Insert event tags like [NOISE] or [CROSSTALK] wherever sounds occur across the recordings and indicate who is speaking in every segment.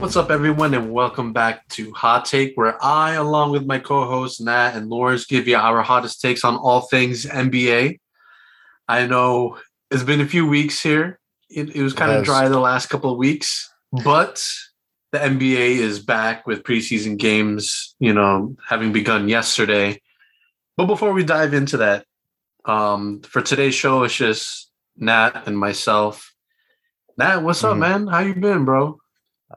Speaker 1: What's up, everyone, and welcome back to Hot Take, where I, along with my co hosts Nat and Lawrence, give you our hottest takes on all things NBA. I know it's been a few weeks here. It, it was kind of
Speaker 2: has.
Speaker 1: dry the last couple of weeks, but the NBA is back with preseason games, you know, having begun yesterday. But before we dive into that, um, for today's show, it's just Nat and myself. Nat, what's up,
Speaker 2: Mhm.
Speaker 1: man? How you been, bro?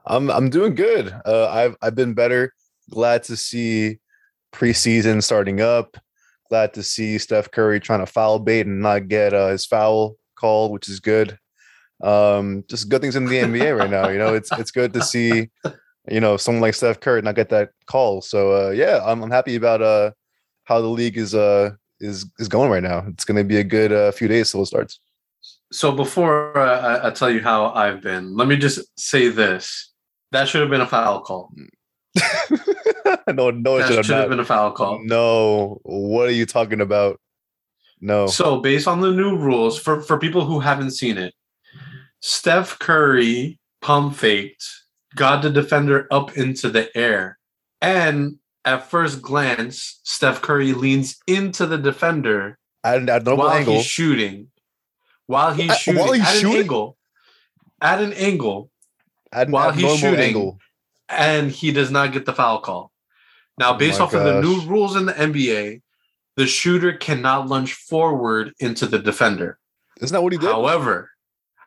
Speaker 2: I'm I'm doing good. Uh, I've I've been better. Glad to see preseason starting up. Glad to see Steph Curry trying to foul bait and not get uh, his foul called, which is good. Um, just good things in the NBA right now. You know, it's it's good to see, you know, someone like Steph Curry not get that call. So uh, yeah, I'm I'm happy about uh how the league is uh is is going right now. It's going to be a good uh, few days till it starts. [LAUGHS]
Speaker 1: So before uh, I, I tell you how I've been, let me just say this: that should have been a foul call.
Speaker 2: no, no, it
Speaker 1: That
Speaker 2: should
Speaker 1: should have
Speaker 2: have
Speaker 1: been
Speaker 2: not.
Speaker 1: a foul call.
Speaker 2: No, what are you talking about? No.
Speaker 1: So based on the new rules, for for people who haven't seen it, Steph Curry pump faked, got the defender up into the air, and at first glance, Steph Curry leans into the defender
Speaker 2: I don't, I don't know
Speaker 1: while
Speaker 2: what angle.
Speaker 1: he's shooting. While he's
Speaker 2: Uh,
Speaker 1: shooting,
Speaker 2: while he's
Speaker 1: at
Speaker 2: shooting?
Speaker 1: an angle, at an angle,
Speaker 2: At an
Speaker 1: while he's
Speaker 2: abnormal
Speaker 1: shooting,
Speaker 2: angle.
Speaker 1: and he does not get the foul call. Now,
Speaker 2: Oh
Speaker 1: based
Speaker 2: my
Speaker 1: off of the new
Speaker 2: gosh.
Speaker 1: rules in the NBA, the shooter cannot lunge forward into the defender.
Speaker 2: Isn't that what he did?
Speaker 1: However,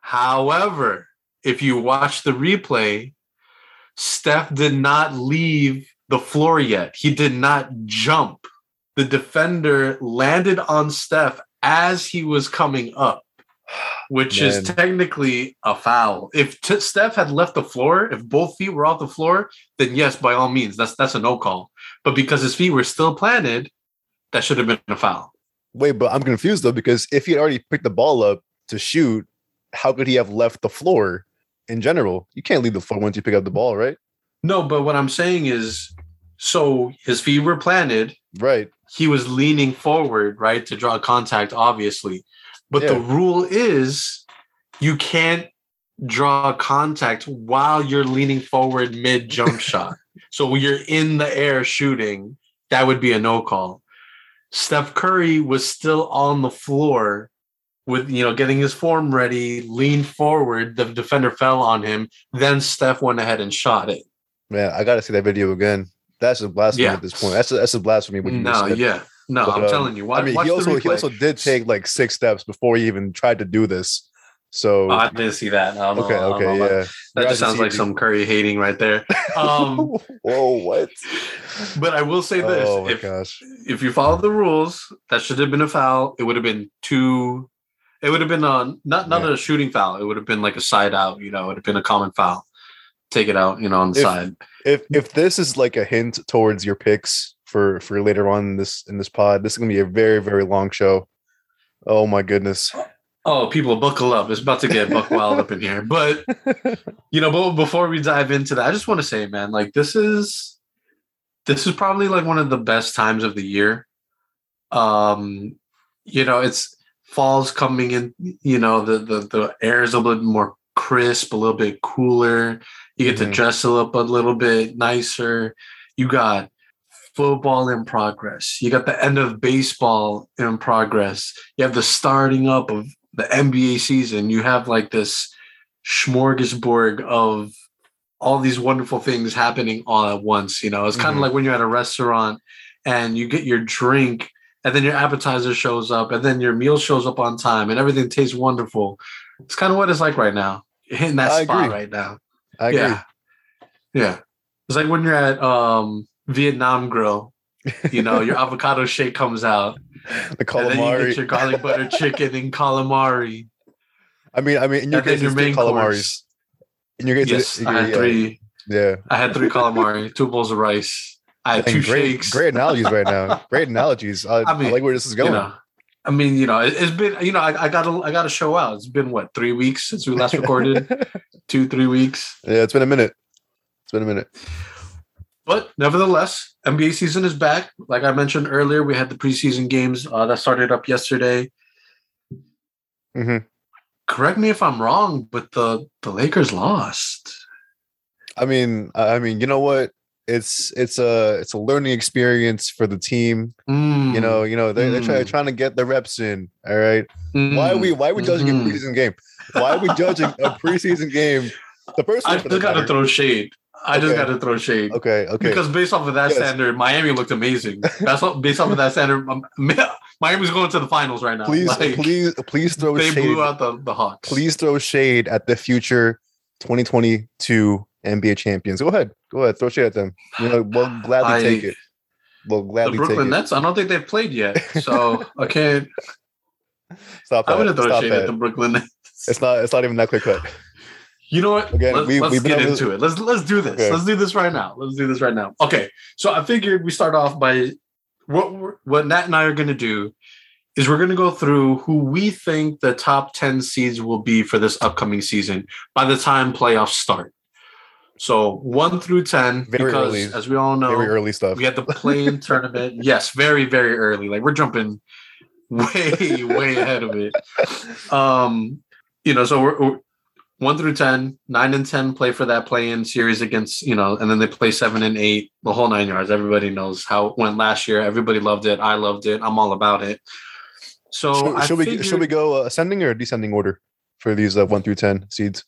Speaker 1: however, if you watch the replay, Steph did not leave the floor yet. He did not jump. The defender landed on Steph as he was coming up, which is
Speaker 2: Man.
Speaker 1: technically a foul. If t- Steph had left the floor, if both feet were off the floor, then yes, by all means, that's that's a no call. But because his feet were still planted, that should have been a foul.
Speaker 2: Wait, but I'm confused though because if he had already picked the ball up to shoot, how could he have left the floor in general? You can't leave the floor once you pick up the ball, right?
Speaker 1: No, but what I'm saying is, so his feet were planted.
Speaker 2: Right.
Speaker 1: He was leaning forward, right, to draw contact, obviously. But the
Speaker 2: Yeah.
Speaker 1: rule is you can't draw contact while you're leaning forward mid jump shot. So when you're in the air shooting, that would be a no call. Steph Curry was still on the floor with, you know, getting his form ready, leaned forward. The defender fell on him. Then Steph went ahead and shot it.
Speaker 2: Man, I gotta see that video again. That's a blasphemy
Speaker 1: Yeah.
Speaker 2: at this point. That's a, that's a blasphemy. What you just
Speaker 1: No,
Speaker 2: said.
Speaker 1: yeah, no,
Speaker 2: But,
Speaker 1: I'm
Speaker 2: um,
Speaker 1: telling you. Watch,
Speaker 2: I mean,
Speaker 1: watch
Speaker 2: he also
Speaker 1: the replay.
Speaker 2: he also did take like six steps before he even tried to do this. So
Speaker 1: Oh, I didn't see that. I don't
Speaker 2: okay,
Speaker 1: know, I don't know [LAUGHS]
Speaker 2: okay,
Speaker 1: about-
Speaker 2: yeah.
Speaker 1: That
Speaker 2: Your
Speaker 1: just
Speaker 2: eyes can
Speaker 1: sounds
Speaker 2: see
Speaker 1: like
Speaker 2: it.
Speaker 1: some Curry hating right there.
Speaker 2: [LAUGHS]
Speaker 1: Um,
Speaker 2: Whoa, what?
Speaker 1: but I will say this:
Speaker 2: oh my
Speaker 1: if
Speaker 2: gosh.
Speaker 1: if you follow the rules, that should have been a foul. It would have been two. It would have been on not not
Speaker 2: Yeah.
Speaker 1: a shooting foul. It would have been like a side out. You know, it would have been a common foul. Take it out. You know, on the
Speaker 2: If-
Speaker 1: side.
Speaker 2: if if this is like a hint towards your picks for for later on in this in this pod, this is gonna be a very very long show. Oh my goodness!
Speaker 1: Oh, people, buckle up! It's about to get buck wild up in here. But you know, but before we dive into that, I just want to say, man, like this is this is probably like one of the best times of the year. Um, you know, it's fall's coming in, you know, the the the air is a little bit more crisp, a little bit cooler. You get to
Speaker 2: Mhm.
Speaker 1: dress up a little bit nicer. You got football in progress. You got the end of baseball in progress. You have the starting up of the NBA season. You have like this smorgasbord of all these wonderful things happening all at once. You know, it's kind of
Speaker 2: Mhm.
Speaker 1: like when you're at a restaurant and you get your drink and then your appetizer shows up and then your meal shows up on time and everything tastes wonderful. It's kind of what it's like right now. You're hitting that
Speaker 2: I
Speaker 1: spot
Speaker 2: agree.
Speaker 1: right now.
Speaker 2: I
Speaker 1: yeah. Yeah. It's like when you're at um Vietnam grill, you know,
Speaker 2: [LAUGHS]
Speaker 1: your avocado shake comes out.
Speaker 2: agree. The
Speaker 1: And then you
Speaker 2: calamari.
Speaker 1: get your garlic butter chicken and calamari.
Speaker 2: I mean, I mean, in your
Speaker 1: and then
Speaker 2: case,
Speaker 1: your
Speaker 2: it's
Speaker 1: main
Speaker 2: two calamaris.
Speaker 1: course.
Speaker 2: In your case,
Speaker 1: Yes,
Speaker 2: it's,
Speaker 1: I had
Speaker 2: yeah,
Speaker 1: three.
Speaker 2: Yeah,
Speaker 1: I had three calamari, [LAUGHS] two bowls of rice. I had
Speaker 2: And
Speaker 1: two
Speaker 2: great,
Speaker 1: shakes.
Speaker 2: great analogies right now. Great analogies. I,
Speaker 1: I
Speaker 2: I,
Speaker 1: mean,
Speaker 2: like where this is
Speaker 1: You
Speaker 2: going.
Speaker 1: know, I mean, you know, it, it's been, you know, I, I gotta, I gotta show out. It's been what three weeks since we last recorded, two, three weeks.
Speaker 2: [LAUGHS] yeah, it's been a minute. It's been a minute.
Speaker 1: But nevertheless, NBA season is back. Like I mentioned earlier, we had the preseason games uh, that started up yesterday.
Speaker 2: Mhm. Mm-hmm.
Speaker 1: Correct me if I'm wrong, but the the Lakers lost.
Speaker 2: I mean, I mean, you know what? It's it's a it's a learning experience for the team. You know, you know, they, they're, try-
Speaker 1: Mm.
Speaker 2: trying to get the reps in. All right. Why are we why are we judging
Speaker 1: Mhm.
Speaker 2: a preseason game? Why are we judging a preseason game? The first
Speaker 1: I
Speaker 2: one for
Speaker 1: just
Speaker 2: that
Speaker 1: gotta
Speaker 2: matter.
Speaker 1: throw shade. I just
Speaker 2: Okay.
Speaker 1: gotta throw shade.
Speaker 2: Okay, okay.
Speaker 1: Because based off of that
Speaker 2: Yes.
Speaker 1: standard, Miami looked
Speaker 2: [LAUGHS]
Speaker 1: amazing. That's what based off of that standard. um, [LAUGHS] Miami's going to the finals right now.
Speaker 2: please,
Speaker 1: Like,
Speaker 2: please, please throw
Speaker 1: they
Speaker 2: shade.
Speaker 1: blew out the, the Hawks.
Speaker 2: Please throw shade at the future 2022 NBA champions. Go ahead. Go ahead. Throw shade at them. You know,
Speaker 1: [SIGHS]
Speaker 2: we'll gladly
Speaker 1: I-
Speaker 2: take it. We'll
Speaker 1: the
Speaker 2: gladly take
Speaker 1: Brooklyn
Speaker 2: it.
Speaker 1: Nets. I don't think they've played
Speaker 2: [LAUGHS]
Speaker 1: yet, so I can't.
Speaker 2: Stop
Speaker 1: I
Speaker 2: that.
Speaker 1: wouldn't throw
Speaker 2: Stop
Speaker 1: shade
Speaker 2: that.
Speaker 1: at the Brooklyn Nets. [LAUGHS]
Speaker 2: It's not it's not even that quick cut.
Speaker 1: You know what?
Speaker 2: Again,
Speaker 1: Let,
Speaker 2: we-
Speaker 1: us
Speaker 2: we've been
Speaker 1: get
Speaker 2: over-
Speaker 1: into it. Let's let's do this.
Speaker 2: Okay.
Speaker 1: Let's do this right now. Let's do this right now. Okay. So I figured we start off by what we're- what Nat and I are going to do is we're going to go through who we think the top ten seeds will be for this upcoming season by the time playoffs start. So one through ten,
Speaker 2: Very
Speaker 1: because
Speaker 2: early.
Speaker 1: as we all
Speaker 2: Very
Speaker 1: know,
Speaker 2: early stuff.
Speaker 1: we had the
Speaker 2: [LAUGHS]
Speaker 1: plane tournament. Yes, very very early. Like we're jumping way way ahead of it um you know so we're, we're one through ten nine and ten play for that play-in series against you know and then they play seven and eight the whole nine yards everybody knows how it went last year everybody loved it i loved it i'm all about it so
Speaker 2: should,
Speaker 1: I
Speaker 2: should we
Speaker 1: figured,
Speaker 2: should we go uh, ascending or descending order for these uh, one through ten seeds?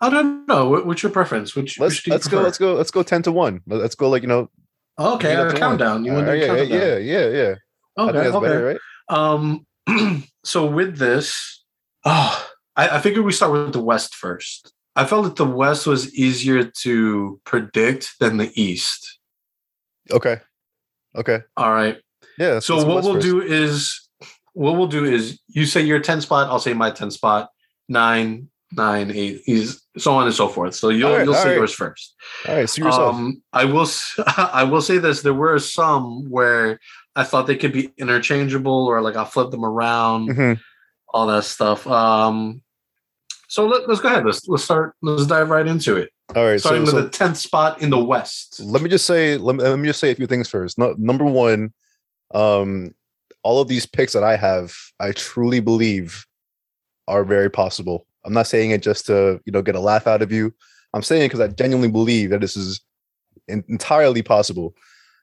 Speaker 1: i don't know what, what's your preference which
Speaker 2: Let's
Speaker 1: which do you
Speaker 2: let's go
Speaker 1: prefer?
Speaker 2: let's go let's go ten to one. Let- Let's go like you know.
Speaker 1: okay
Speaker 2: lead up
Speaker 1: a
Speaker 2: to one.
Speaker 1: countdown you want to
Speaker 2: All right, yeah,
Speaker 1: countdown?
Speaker 2: yeah, yeah, yeah. I
Speaker 1: okay
Speaker 2: think that's
Speaker 1: okay
Speaker 2: better, right?
Speaker 1: um [CLEARS THROAT] so with this oh I, I figured we start with the west first i felt that the west was easier to predict than the east
Speaker 2: Okay, okay,
Speaker 1: All right.
Speaker 2: yeah. let's-
Speaker 1: So
Speaker 2: let's go
Speaker 1: what
Speaker 2: West
Speaker 1: we'll
Speaker 2: first.
Speaker 1: do is what we'll do is you say your 10 spot, I'll say my 10 spot, nine, nine, eight, is so on and so forth. So you'll
Speaker 2: All right,
Speaker 1: you'll
Speaker 2: all
Speaker 1: say
Speaker 2: right.
Speaker 1: yours first.
Speaker 2: All right, see yourself.
Speaker 1: Um I will s- [LAUGHS] I will say this. There were some where I thought they could be interchangeable or like I'll flip them around,
Speaker 2: Mhm.
Speaker 1: all that stuff. Um so let, let's go ahead. Let's let's start. Let's dive right into it.
Speaker 2: All right, so,
Speaker 1: Starting
Speaker 2: so
Speaker 1: with the tenth spot in the West.
Speaker 2: let me just say let me, let me just say a few things first. No, number one, um, all of these picks that I have, I truly believe are very possible. I'm not saying it just to you know get a laugh out of you. I'm saying it because I genuinely believe that this is en- entirely possible.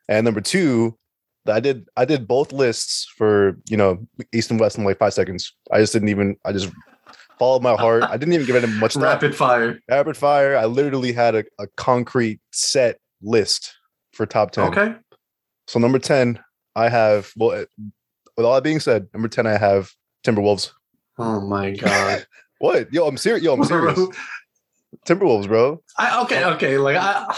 Speaker 2: And number two, that I did I did both lists for you know East and West in like five seconds. I just didn't even I just followed my heart. I didn't even give it much thought
Speaker 1: Rapid fire.
Speaker 2: rapid fire. I literally had a, a concrete set list for top 10.
Speaker 1: Okay.
Speaker 2: So number 10, I have well eh, with all that being said, number 10 I have Timberwolves.
Speaker 1: Oh my god.
Speaker 2: What? Yo, I'm
Speaker 1: [LAUGHS]
Speaker 2: serious. Yo, [LAUGHS] I'm serious. Timberwolves, bro.
Speaker 1: I, okay, okay. Like I,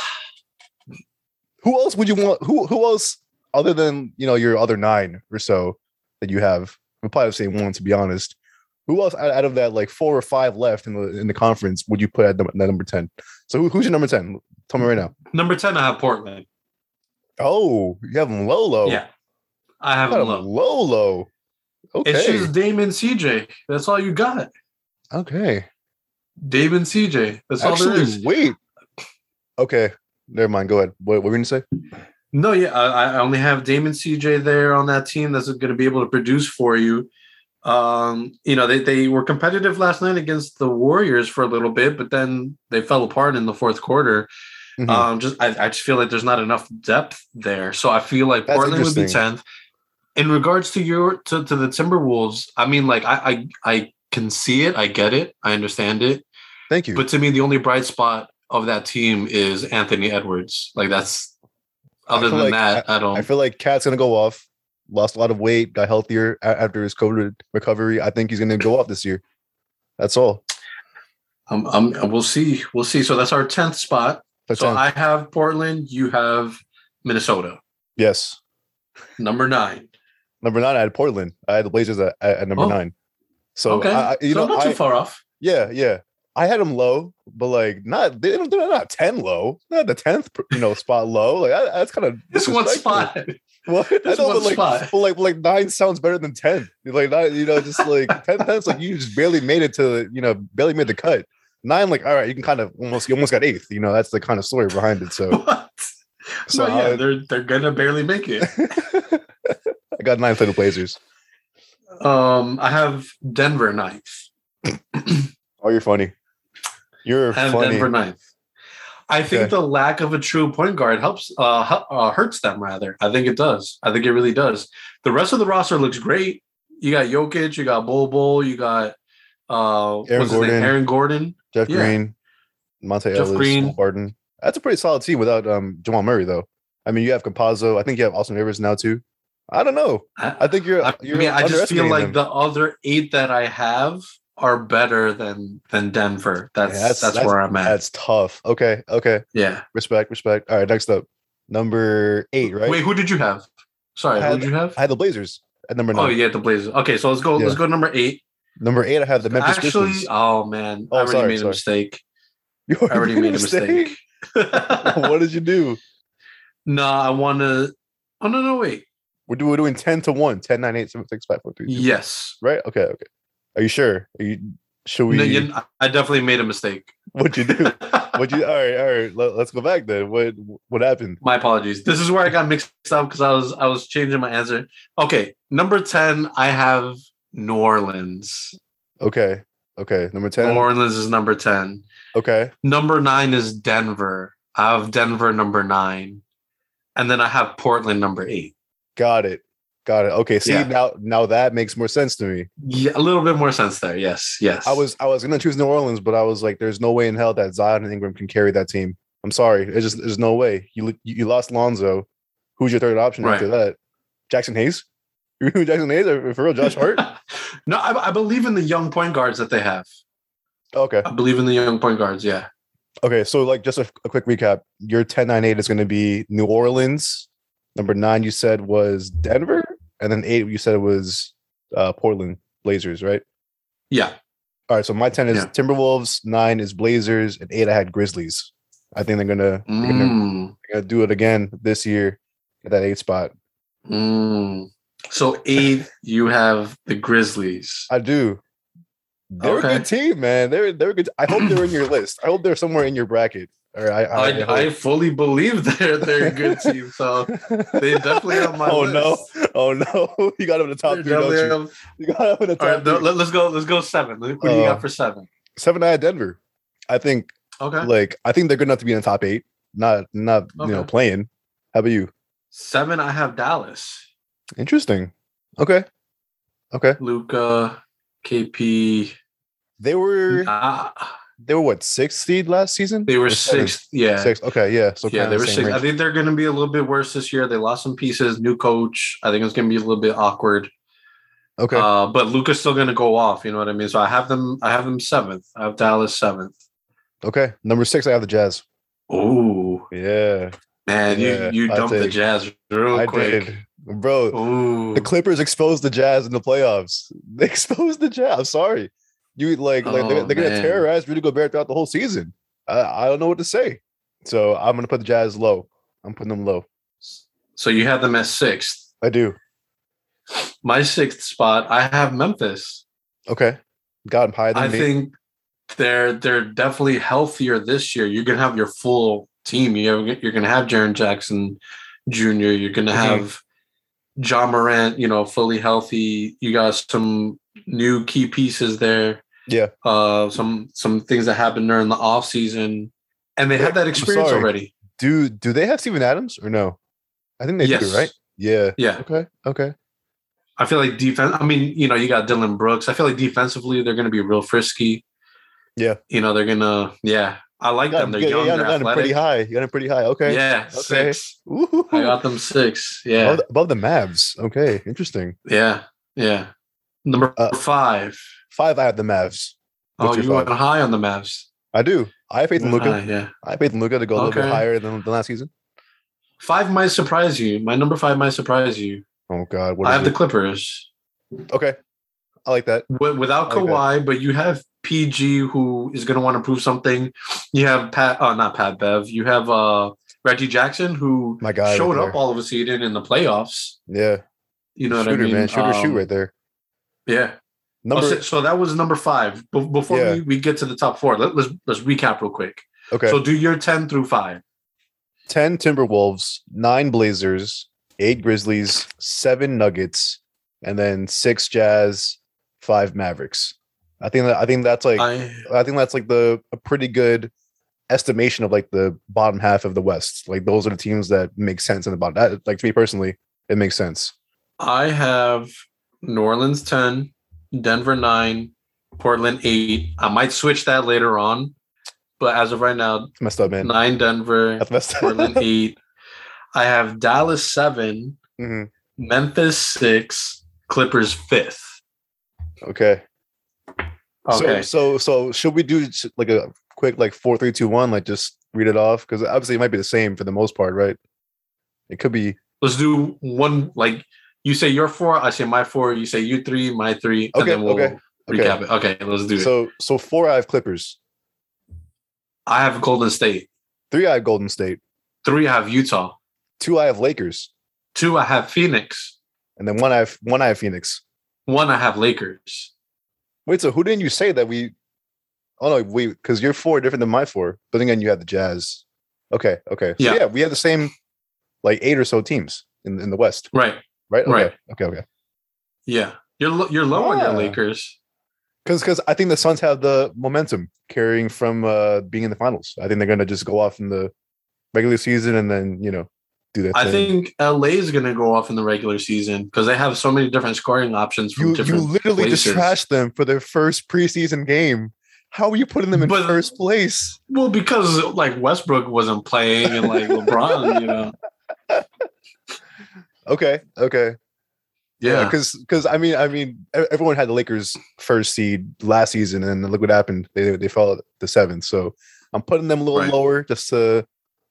Speaker 2: Who else would you want? Who who else other than, you know, your other 9 or so that you have? I'm probably saying one to be honest. Who else out out of that like four or five left in the in the conference would you put at num- that number 10? So who, who's your number 10? Tell me right now.
Speaker 1: number ten, I have Portland.
Speaker 2: Oh, you have Lolo.
Speaker 1: Yeah, I have
Speaker 2: Got
Speaker 1: them low.
Speaker 2: him low, low. Okay.
Speaker 1: It's just Dame and CJ. That's all you got.
Speaker 2: okay.
Speaker 1: Dame and CJ. That's all there
Speaker 2: Actually,
Speaker 1: is.
Speaker 2: wait. Okay. Never mind. Go ahead. What, what were you gonna say?
Speaker 1: No, yeah, I, I only have Dame and CJ there on that team. That's going to be able to produce for you. Um, you know, they they were competitive last night against the Warriors for a little bit, but then they fell apart in the fourth quarter.
Speaker 2: Mhm.
Speaker 1: Um, just I, I just feel like there's not enough depth there. So I feel like
Speaker 2: That's
Speaker 1: Portland would be
Speaker 2: interesting.
Speaker 1: tenth. In regards to your to, to the Timberwolves, I mean, like I, I I can see it, I get it, I understand it.
Speaker 2: Thank you.
Speaker 1: But to me, the only bright spot of that team is Anthony Edwards. Like that's other
Speaker 2: I feel
Speaker 1: than
Speaker 2: like-
Speaker 1: that, I, don't.
Speaker 2: I feel like Cat's gonna go off. Lost a lot of weight. Got healthier a- after his COVID recovery. I think he's gonna go off this year. That's all.
Speaker 1: um, um, we'll see. We'll see. So that's our tenth spot.
Speaker 2: That's
Speaker 1: so
Speaker 2: all.
Speaker 1: I have Portland. You have Minnesota.
Speaker 2: yes.
Speaker 1: Number nine.
Speaker 2: Number nine. I had Portland. I had the Blazers at, at at number
Speaker 1: Oh.
Speaker 2: nine. So
Speaker 1: okay,
Speaker 2: I, I- you
Speaker 1: so
Speaker 2: know,
Speaker 1: not
Speaker 2: I,
Speaker 1: too far off.
Speaker 2: Yeah, yeah. I had them low, but like not they don't they're not ten low, not the tenth you know spot low. Like I, that's kind of
Speaker 1: This one
Speaker 2: [LAUGHS]
Speaker 1: spot. [LAUGHS]
Speaker 2: What? I
Speaker 1: This
Speaker 2: know,
Speaker 1: one
Speaker 2: but like,
Speaker 1: spot.
Speaker 2: but like, like nine sounds better than ten. Like nine, you know, just like
Speaker 1: [LAUGHS]
Speaker 2: ten times, like you just barely made it to you know barely made the cut. Nine, like all right, you can kind of almost you almost got eighth. You know, that's the kind of story behind it.
Speaker 1: [LAUGHS]
Speaker 2: So
Speaker 1: What?
Speaker 2: So
Speaker 1: no, yeah,
Speaker 2: I-
Speaker 1: they're they're gonna barely make it.
Speaker 2: I [LAUGHS] got nine for the Blazers.
Speaker 1: Um, I have Denver ninth.
Speaker 2: Oh, you're funny. You're
Speaker 1: I have
Speaker 2: funny.
Speaker 1: Denver ninth. I think
Speaker 2: Okay.
Speaker 1: the lack of a true point guard helps uh, hu- uh hurts them rather. I think it does. I think it really does. The rest of the roster looks great. You got Jokic, you got Bol Bol, you got uh
Speaker 2: Aaron
Speaker 1: what's his name?
Speaker 2: Gordon.
Speaker 1: Aaron Gordon.
Speaker 2: Jeff
Speaker 1: Yeah.
Speaker 2: Green, Monte
Speaker 1: Jeff
Speaker 2: Ellis,
Speaker 1: Green.
Speaker 2: Harden. That's a pretty solid team without um, Jamal Murray, though. I mean, you have Compazzo. I think you have Austin Rivers now too. I don't know. I think you're.
Speaker 1: I,
Speaker 2: you're
Speaker 1: mean, I just feel
Speaker 2: underestimating
Speaker 1: like
Speaker 2: them.
Speaker 1: the other eight that I have are better than than Denver. That's
Speaker 2: Yeah,
Speaker 1: that's, where I'm at.
Speaker 2: That's tough. Okay, okay.
Speaker 1: yeah.
Speaker 2: Respect, respect. All right, next up, number eight, right?
Speaker 1: Wait, who did you have? Sorry,
Speaker 2: I
Speaker 1: who
Speaker 2: had-
Speaker 1: did you have?
Speaker 2: I had the Blazers at number nine.
Speaker 1: oh, yeah, the Blazers. Okay, so let's go. Let's
Speaker 2: Yeah.
Speaker 1: go to number eight.
Speaker 2: Number eight, I have the Memphis
Speaker 1: Actually,
Speaker 2: Grizzlies.
Speaker 1: oh man,
Speaker 2: Oh,
Speaker 1: I already
Speaker 2: sorry,
Speaker 1: made
Speaker 2: sorry.
Speaker 1: a mistake.
Speaker 2: [LAUGHS] You
Speaker 1: I already made a mistake.
Speaker 2: [LAUGHS]
Speaker 1: [LAUGHS]
Speaker 2: what did you do?
Speaker 1: no, I want to. Oh no, no, wait.
Speaker 2: We're doing, we're doing 10 to 1, 10, 9, 8, 7, 6, 5, 4, 3, 2,
Speaker 1: Yes,
Speaker 2: Right? Okay, okay. Are you sure? Are you should we
Speaker 1: no, you, I definitely made a mistake.
Speaker 2: [LAUGHS]
Speaker 1: [LAUGHS]
Speaker 2: what'd you do? what you all right, all right. Let, us go back then. What what happened?
Speaker 1: my apologies. This is where I got mixed up because I was I was changing my answer. Okay, number ten, I have New Orleans.
Speaker 2: Okay. Okay. Number 10.
Speaker 1: New Orleans is number ten.
Speaker 2: Okay.
Speaker 1: Number nine is Denver. I have Denver number nine, and then I have Portland number eight.
Speaker 2: Got it. Got it. Okay. See
Speaker 1: Yeah.
Speaker 2: now now that makes more sense to me.
Speaker 1: Yeah, a little bit more sense there. Yes, yes.
Speaker 2: I was I was gonna choose New Orleans, but I was like, there's no way in hell that Zion and Ingram can carry that team. I'm sorry, it's just there's no way. You lo- you lost Lonzo. Who's your third option
Speaker 1: Right.
Speaker 2: after that? Jackson Hayes. [LAUGHS] You mean Jackson Hayes or for real? Josh Hart.
Speaker 1: [LAUGHS] no, I, I believe in the young point guards that they have.
Speaker 2: okay.
Speaker 1: I believe in the young point guards. Yeah.
Speaker 2: Okay. So like, just a, a quick recap. Your 10-9-8 is going to be New Orleans. Number nine you said was Denver, and then eight you said was uh, Portland Blazers, right?
Speaker 1: Yeah.
Speaker 2: All right. So my ten is
Speaker 1: Yeah.
Speaker 2: Timberwolves. Nine is Blazers, and eight I had Grizzlies. I think they're gonna. They're gonna
Speaker 1: Mm,
Speaker 2: gonna do it again this year at that eight spot.
Speaker 1: mm. So eight, you have the Grizzlies.
Speaker 2: I do. They're a
Speaker 1: Okay.
Speaker 2: good team, man. They're they're a good. I hope they're in your list. I hope they're somewhere in your bracket. All right, I,
Speaker 1: I, I fully believe [LAUGHS] they're they're a good team. So
Speaker 2: hope.
Speaker 1: they definitely on my
Speaker 2: [LAUGHS] oh
Speaker 1: list.
Speaker 2: no! Oh no! [LAUGHS] You got him in the top
Speaker 1: They're
Speaker 2: three. Don't
Speaker 1: definitely
Speaker 2: you?
Speaker 1: on-
Speaker 2: you got him in the
Speaker 1: all right,
Speaker 2: top
Speaker 1: th-
Speaker 2: three.
Speaker 1: let, us go. Let's go seven. What do you
Speaker 2: Uh,
Speaker 1: got for seven?
Speaker 2: Seven. I had Denver. I think
Speaker 1: Okay,
Speaker 2: like I think they're good enough to be in the top eight. Not not you know
Speaker 1: Okay.
Speaker 2: playing. How about you?
Speaker 1: seven. I have Dallas.
Speaker 2: Interesting. Okay. Okay.
Speaker 1: Luca, KP.
Speaker 2: They were
Speaker 1: Ah,
Speaker 2: they were what sixth seed last season?
Speaker 1: they
Speaker 2: Or
Speaker 1: were
Speaker 2: seventh?
Speaker 1: sixth. Yeah,
Speaker 2: Sixth. Okay. Yeah. So
Speaker 1: yeah,
Speaker 2: kinda
Speaker 1: they
Speaker 2: the
Speaker 1: were
Speaker 2: same
Speaker 1: six. I
Speaker 2: range.
Speaker 1: think they're going to be a little bit worse this year. They lost some pieces, new coach. I think it's going to be a little bit awkward.
Speaker 2: Okay.
Speaker 1: Uh, but Luca's still going to go off. You know what I mean? So I have them. I have them seventh. I have Dallas seventh.
Speaker 2: Okay, number six, I have the Jazz.
Speaker 1: Oh
Speaker 2: Yeah,
Speaker 1: man,
Speaker 2: Yeah,
Speaker 1: you you
Speaker 2: I
Speaker 1: dumped the
Speaker 2: did.
Speaker 1: Jazz real
Speaker 2: I
Speaker 1: quick.
Speaker 2: did, bro.
Speaker 1: Ooh,
Speaker 2: The Clippers exposed the Jazz in the playoffs. [LAUGHS] They exposed the Jazz. I'm sorry, you like like they're,
Speaker 1: Oh,
Speaker 2: they're gonna
Speaker 1: man.
Speaker 2: terrorize Rudy Gobert throughout the whole season. I, I don't know what to say. So I'm gonna put the Jazz low. I'm putting them low.
Speaker 1: so you had them at sixth.
Speaker 2: I do.
Speaker 1: My sixth spot, I have Memphis.
Speaker 2: Okay, got him higher than
Speaker 1: I
Speaker 2: me.
Speaker 1: think they're they're definitely healthier this year. You're gonna have your full team. You have, you're gonna have Jaron Jackson Jr. You're gonna
Speaker 2: Mhm.
Speaker 1: have John Morant. You know, fully healthy. You got some new key pieces there.
Speaker 2: Yeah.
Speaker 1: Uh, some some things that happened during the off season, and they had that experience
Speaker 2: sorry.
Speaker 1: already.
Speaker 2: Do do they have Steven Adams or no? I think they
Speaker 1: yes.
Speaker 2: do, right? Yeah.
Speaker 1: Yeah.
Speaker 2: Okay. Okay.
Speaker 1: I feel like defense. I mean, you know, you got Dylan Brooks. I feel like defensively they're going to be real frisky.
Speaker 2: Yeah.
Speaker 1: You know, they're gonna. Yeah, I like
Speaker 2: Yeah,
Speaker 1: them. They're
Speaker 2: yeah,
Speaker 1: young.
Speaker 2: yeah,
Speaker 1: they're
Speaker 2: got him pretty
Speaker 1: athletic.
Speaker 2: high. You got him pretty high. Okay.
Speaker 1: Yeah,
Speaker 2: Okay.
Speaker 1: six.
Speaker 2: Woo-hoo-hoo.
Speaker 1: I got them six. Yeah,
Speaker 2: above, the- above the Mavs. Okay. Interesting.
Speaker 1: yeah, yeah. Number
Speaker 2: Uh,
Speaker 1: five.
Speaker 2: Five, I have the Mavs.
Speaker 1: Oh,
Speaker 2: What's your
Speaker 1: you went
Speaker 2: five?
Speaker 1: high on the Mavs.
Speaker 2: I do. I have faith in Luca.
Speaker 1: Ah, yeah.
Speaker 2: I have faith in Luca to go a little bit
Speaker 1: Okay.
Speaker 2: higher than, than last season.
Speaker 1: Five might surprise you. My number five might surprise you.
Speaker 2: Oh God, what
Speaker 1: I
Speaker 2: is
Speaker 1: have
Speaker 2: it?
Speaker 1: the Clippers
Speaker 2: okay, I like that.
Speaker 1: Wi- without
Speaker 2: I like that.
Speaker 1: Kawhi, but you have PG who is going to want to prove something. You have Pat, uh, not Pat Bev. You have uh, Reggie Jackson who
Speaker 2: My God,
Speaker 1: showed
Speaker 2: right
Speaker 1: up all of a sudden in the playoffs.
Speaker 2: there. yeah,
Speaker 1: You know what
Speaker 2: shooter
Speaker 1: I mean?
Speaker 2: man, shooter shoot
Speaker 1: Um,
Speaker 2: right there.
Speaker 1: Yeah. Oh,
Speaker 2: Number
Speaker 1: so, so that was number five. Be- before
Speaker 2: Yeah.
Speaker 1: we, we get to the top four, let, let's let's recap real quick.
Speaker 2: okay,
Speaker 1: So do your ten through five.
Speaker 2: ten Timberwolves, nine Blazers, eight Grizzlies, seven Nuggets, and then six Jazz, five Mavericks. I think that I think that's like I,
Speaker 1: I
Speaker 2: think that's like the a pretty good estimation of like the bottom half of the West. Like those are the teams that make sense in the bottom. That, like to me personally, it makes sense.
Speaker 1: I have New Orleans 10, Denver 9, Portland 8. I might switch that later on, but as of right now,
Speaker 2: It's messed up, man.
Speaker 1: 9 Denver,
Speaker 2: That's messed up. [LAUGHS]
Speaker 1: Portland 8. I have Dallas 7,
Speaker 2: Mhm.
Speaker 1: Memphis 6, Clippers 5th.
Speaker 2: Okay.
Speaker 1: Okay.
Speaker 2: So so so should we do s- like a quick like four three two one like just read it off because obviously it might be the same for the most part, right? It could be
Speaker 1: Let's do one like you say your four, I say my four, you say you three, my three, and
Speaker 2: Okay,
Speaker 1: then we'll
Speaker 2: okay, okay.
Speaker 1: recap it. Okay, let's do it.
Speaker 2: so so four I have Clippers,
Speaker 1: I have Golden State.
Speaker 2: three I have Golden State,
Speaker 1: Three, I have Utah.
Speaker 2: two I have Lakers,
Speaker 1: Two, I have Phoenix.
Speaker 2: and then one I have one I have Phoenix.
Speaker 1: One, I have Lakers.
Speaker 2: Wait, so who didn't you say that we? Oh no, we because you're four different than my four, but then again you have the Jazz. Okay, okay, So,
Speaker 1: Yeah.
Speaker 2: yeah, we have the same like eight or so teams in in the West,
Speaker 1: Right.
Speaker 2: right? Okay,
Speaker 1: Right.
Speaker 2: okay, okay.
Speaker 1: Yeah. You're lo- you're low on your
Speaker 2: Yeah.
Speaker 1: Lakers.
Speaker 2: Because because I think the Suns have the momentum carrying from uh, being in the finals. I think they're gonna just go off in the regular season and then you know do that.
Speaker 1: I think LA is going to go off in the regular season because they have so many different scoring options from
Speaker 2: you you
Speaker 1: different.
Speaker 2: literally
Speaker 1: places.
Speaker 2: just trashed them for their first preseason game. How are you putting them in
Speaker 1: But-
Speaker 2: first place?
Speaker 1: well, because like Westbrook wasn't playing and like LeBron, you know.
Speaker 2: Okay, okay.
Speaker 1: [LAUGHS] Yeah.
Speaker 2: because because I mean I mean e- everyone had the Lakers first seed last season, and then look what happened. They they fell the seventh. So I'm putting them a little
Speaker 1: Right.
Speaker 2: lower just to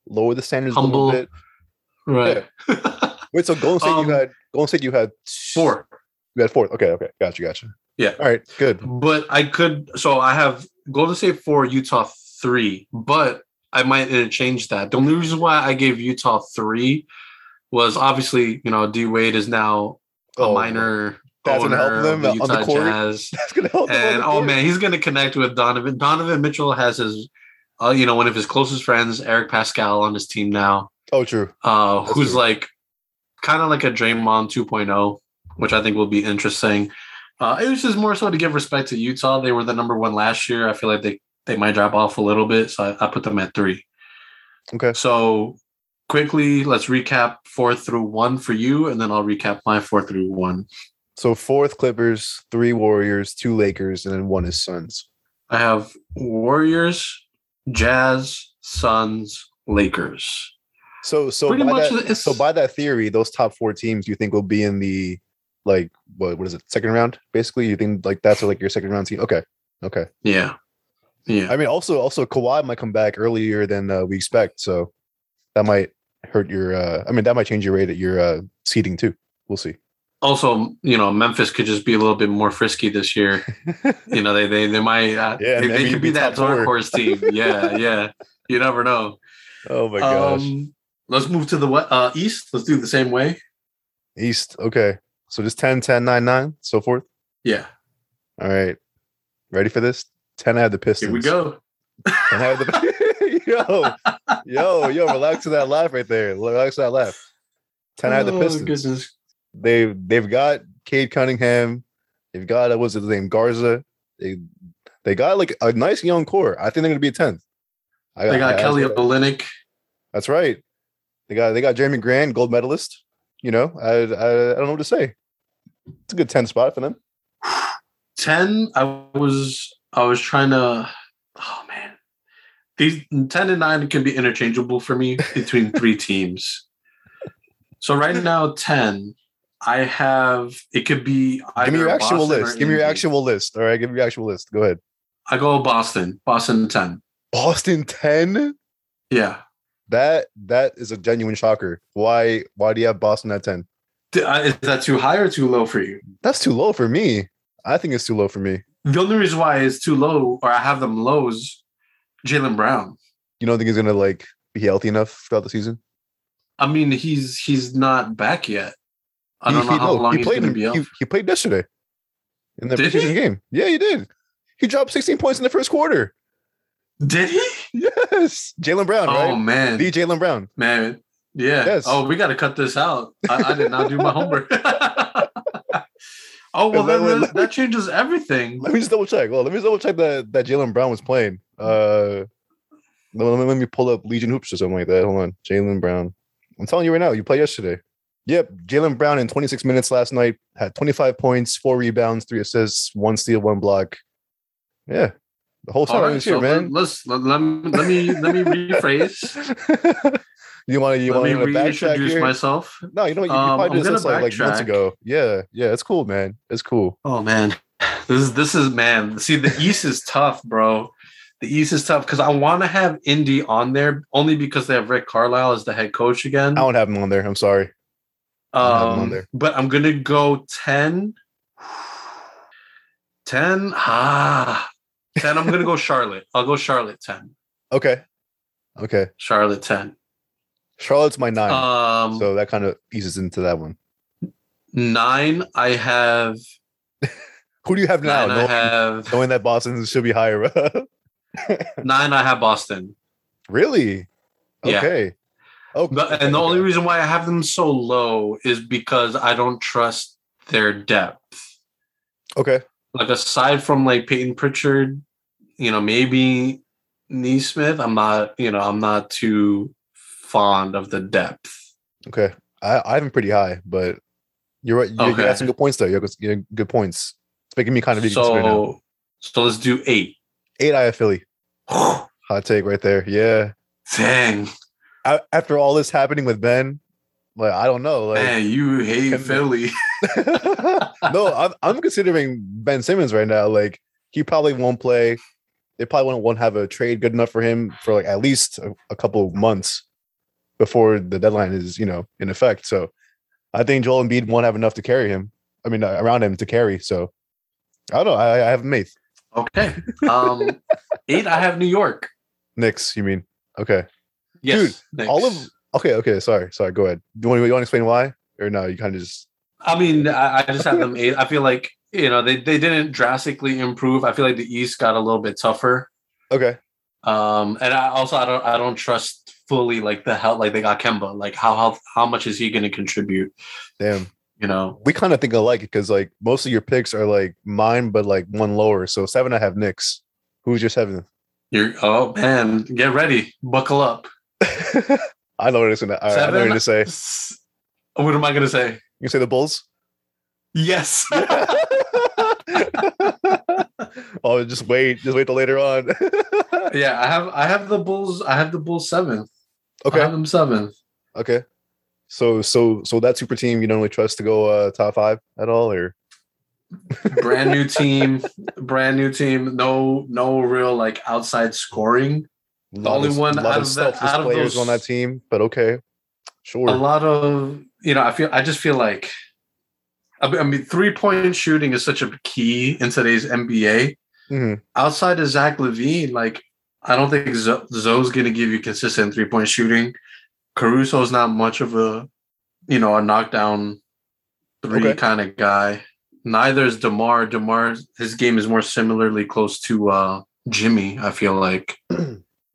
Speaker 2: lower the standards a
Speaker 1: Humble.
Speaker 2: little bit.
Speaker 1: Right.
Speaker 2: Wait, so Golden State
Speaker 1: Um,
Speaker 2: you had Golden State you had
Speaker 1: [LAUGHS] Four.
Speaker 2: you had fourth. Okay, okay, gotcha, gotcha.
Speaker 1: Yeah.
Speaker 2: All right, good.
Speaker 1: But I could. So I have Golden State four, Utah three. But I might interchange that. The only reason why I gave Utah three was obviously you know D Wade is now a
Speaker 2: Oh,
Speaker 1: minor.
Speaker 2: that's gonna help
Speaker 1: owner of
Speaker 2: them on the
Speaker 1: Utah
Speaker 2: court?
Speaker 1: Jazz.
Speaker 2: [LAUGHS] That's gonna help. them [LAUGHS] on
Speaker 1: And
Speaker 2: the
Speaker 1: oh
Speaker 2: court.
Speaker 1: man, he's gonna connect with Donovan. Donovan Mitchell has his, uh, you know, one of his closest friends, Eric Pascal, on his team now,
Speaker 2: Oh, true.
Speaker 1: uh,
Speaker 2: That's
Speaker 1: who's
Speaker 2: true.
Speaker 1: like kind of like a Draymond 2.0, which I think will be interesting. Uh, it was just more so to give respect to Utah. They were the number one last year. I feel like they they might drop off a little bit, so I, I put them at three.
Speaker 2: Okay.
Speaker 1: So quickly, let's recap four through one for you, and then I'll recap my four through one.
Speaker 2: So fourth Clippers, three Warriors, two Lakers, and then one is Suns.
Speaker 1: I have Warriors, Jazz, Suns, Lakers.
Speaker 2: So so
Speaker 1: Pretty
Speaker 2: by
Speaker 1: much
Speaker 2: that,
Speaker 1: it's
Speaker 2: so by that theory, those top four teams you think will be in the like what what is it second round? Basically, you think like that's like your second round team. Okay, okay.
Speaker 1: yeah, yeah.
Speaker 2: I mean, also also Kawhi might come back earlier than uh, we expect, so that might hurt your. uh I mean, that might change your rate at your uh seating too.
Speaker 1: [LAUGHS]
Speaker 2: We'll see.
Speaker 1: Also, you know, Memphis could just be a little bit more frisky this year. you know, they they they might uh, they,
Speaker 2: Yeah, maybe
Speaker 1: they
Speaker 2: you'd
Speaker 1: could be
Speaker 2: be
Speaker 1: that
Speaker 2: top four.
Speaker 1: dark horse team.
Speaker 2: [LAUGHS]
Speaker 1: Yeah, yeah. You never know.
Speaker 2: Oh my
Speaker 1: Um, let's move to the we- uh, east. Let's do it the same way.
Speaker 2: East. Okay, so just 10, 10, 9, 9, so forth.
Speaker 1: Yeah,
Speaker 2: All right, ready for this? Ten. I have the Pistons.
Speaker 1: here we go.
Speaker 2: Ten, I have the [LAUGHS] yo yo yo. Relax to that laugh right there. Relax to that laugh. Ten. I have the
Speaker 1: Oh,
Speaker 2: Pistons.
Speaker 1: goodness.
Speaker 2: they they've got Cade Cunningham, they've got uh, what's his name Garza. They they got like a nice young core. I think they're gonna be a tenth. I,
Speaker 1: They got
Speaker 2: I-
Speaker 1: Kelly
Speaker 2: That's,
Speaker 1: Olynyk.
Speaker 2: that's right. They got they got Jeremy Grant, gold medalist. You know, I I, I don't know what to say. It's a good ten spot for them.
Speaker 1: 10 i was i was trying to oh man these 10 and 9 can be interchangeable for me
Speaker 2: [LAUGHS]
Speaker 1: between three teams so right now 10 i have it could be
Speaker 2: Give me
Speaker 1: either
Speaker 2: your actual
Speaker 1: Boston or
Speaker 2: list. Give me your
Speaker 1: Indy.
Speaker 2: actual list. All right, give me your actual list. Go ahead.
Speaker 1: i go boston boston 10
Speaker 2: Boston ten.
Speaker 1: yeah
Speaker 2: That that is a genuine shocker. Why why do you have Boston at ten?
Speaker 1: D- uh, is that too high or too low for you
Speaker 2: That's too low for me. I think it's too low for me.
Speaker 1: the only reason why it's too low or i have them low is jalen brown
Speaker 2: You don't think he's gonna like be healthy enough throughout the season?
Speaker 1: i mean he's he's not back yet i
Speaker 2: He-
Speaker 1: don't know
Speaker 2: he-
Speaker 1: how
Speaker 2: no,
Speaker 1: long
Speaker 2: he
Speaker 1: he's
Speaker 2: played.
Speaker 1: going to
Speaker 2: in-
Speaker 1: be out
Speaker 2: He, he played yesterday in the
Speaker 1: Did he?
Speaker 2: preseason game. Yeah, he did. He dropped 16 points in the first quarter. [LAUGHS]
Speaker 1: did he
Speaker 2: Yes, Jalen Brown,
Speaker 1: oh
Speaker 2: right?
Speaker 1: man
Speaker 2: The Jalen Brown.
Speaker 1: Man, yeah.
Speaker 2: Yes.
Speaker 1: Oh, we got to cut this out. I, I did not do my homework. [LAUGHS] oh well, then
Speaker 2: Wait, wait,
Speaker 1: that,
Speaker 2: let me-
Speaker 1: that changes everything. Mm-hmm.
Speaker 2: Let me just double check. Well, let me just double check that that Jalen Brown was playing. Uh, Let me, let me pull up Legion Hoops or something like that. Hold on. Jalen Brown. I'm telling you right now, you played yesterday. Yep. Jalen Brown in 26 minutes last night had 25 points, four rebounds, three assists, one steal, one block. Yeah. The whole
Speaker 1: All
Speaker 2: time
Speaker 1: right,
Speaker 2: is here,
Speaker 1: so
Speaker 2: man.
Speaker 1: let- let's let, let me let me let me
Speaker 2: [LAUGHS]
Speaker 1: rephrase.
Speaker 2: you want to you want
Speaker 1: let me
Speaker 2: to backtrack
Speaker 1: reintroduce
Speaker 2: here?
Speaker 1: myself.
Speaker 2: No, you know what? You
Speaker 1: Um,
Speaker 2: probably
Speaker 1: I'm
Speaker 2: did this
Speaker 1: gonna
Speaker 2: like, like months
Speaker 1: backtrack.
Speaker 2: ago. Yeah, yeah, it's cool, man. It's cool.
Speaker 1: Oh man, this is this is man. See, the East is tough, bro. The East is tough because I want to have Indy on there only because they have Rick Carlisle as the head coach again.
Speaker 2: I don't have him on there. I'm sorry. don't have him on
Speaker 1: Um,
Speaker 2: there.
Speaker 1: but I'm gonna go 10. 10. Ah, 10. I'm gonna go Charlotte. I'll go Charlotte 10.
Speaker 2: Okay, okay.
Speaker 1: Charlotte 10.
Speaker 2: Charlotte's my nine,
Speaker 1: Um,
Speaker 2: so that kind of eases into that one.
Speaker 1: nine. I have
Speaker 2: Who do you have now?
Speaker 1: nine. I
Speaker 2: Knowing,
Speaker 1: have
Speaker 2: knowing that Boston should be higher.
Speaker 1: nine. I have Boston.
Speaker 2: [LAUGHS] really?
Speaker 1: Yeah.
Speaker 2: Okay. Oh,
Speaker 1: But, and the only reason why I have them so low is because I don't trust their depth.
Speaker 2: Okay.
Speaker 1: Like aside from like Peyton Pritchard, you know, maybe Neesmith, I'm not, you know, I'm not too fond of the depth.
Speaker 2: Okay. I I am pretty high, but you're right. You, you
Speaker 1: Okay.
Speaker 2: got some good points though. You got you got good points. It's making me kind of reconsider now.
Speaker 1: So so let's do eight. [SIGHS]
Speaker 2: Eight. I have Philly. Hot take right there. Yeah.
Speaker 1: Dang,
Speaker 2: I, after all this happening with Ben, like I don't know. Like,
Speaker 1: man, you hate
Speaker 2: can-
Speaker 1: Philly. [LAUGHS]
Speaker 2: no, I'm, I'm considering Ben Simmons right now. Like he probably won't play. They probably won't, won't have a trade good enough for him for like at least a, a couple of months before the deadline is you know in effect. So I think Joel Embiid won't have enough to carry him. I mean uh, around him to carry. So I don't know. I, I have him eighth.
Speaker 1: Okay. Um eight, I have New York.
Speaker 2: Knicks. You mean okay?
Speaker 1: Yes. Knicks.
Speaker 2: all of- Okay, okay. Sorry, sorry. Go ahead. Do you want, you want to explain why or no? You kind of just
Speaker 1: I mean, I, I just have them eight. I feel like you know they, they didn't drastically improve. I feel like the East got a little bit tougher.
Speaker 2: okay.
Speaker 1: Um, and I also I don't I don't trust fully like the help like they got Kemba. Like how how how much is he going to contribute?
Speaker 2: Damn.
Speaker 1: You know.
Speaker 2: we kind of think alike because like most of your picks are like mine, but like one lower. So seven, I have Knicks. Who's your seventh?
Speaker 1: You're oh man, get ready, buckle up.
Speaker 2: [LAUGHS] I know what it's gonna. I- I know what you're gonna say. You
Speaker 1: S- What am I gonna say?
Speaker 2: can say
Speaker 1: [LAUGHS]
Speaker 2: the Bulls.
Speaker 1: Yes.
Speaker 2: oh, just wait. Just wait till later on.
Speaker 1: [LAUGHS]
Speaker 2: [LAUGHS]
Speaker 1: yeah, I have I have the Bulls. I have the Bulls seventh. I have
Speaker 2: okay.
Speaker 1: them seventh.
Speaker 2: Okay. So so so that super team you don't really trust to go uh top five at all, or
Speaker 1: Brand new team. brand new team. No no real like outside scoring.
Speaker 2: Lot
Speaker 1: only
Speaker 2: of-
Speaker 1: one
Speaker 2: lot
Speaker 1: out
Speaker 2: of
Speaker 1: of the-
Speaker 2: selfless
Speaker 1: out of
Speaker 2: players
Speaker 1: those-
Speaker 2: on that team, but okay, sure.
Speaker 1: a lot of you know i feel i just feel like i mean- I mean three point shooting is such a key in today's nba
Speaker 2: Mhm.
Speaker 1: outside of zach levine like i don't think Zo- zoe's going to give you consistent three point shooting caruso's not much of a you know a knockdown three
Speaker 2: Okay.
Speaker 1: kind of guy neither is demar demar his game is more similarly close to uh jimmy i feel like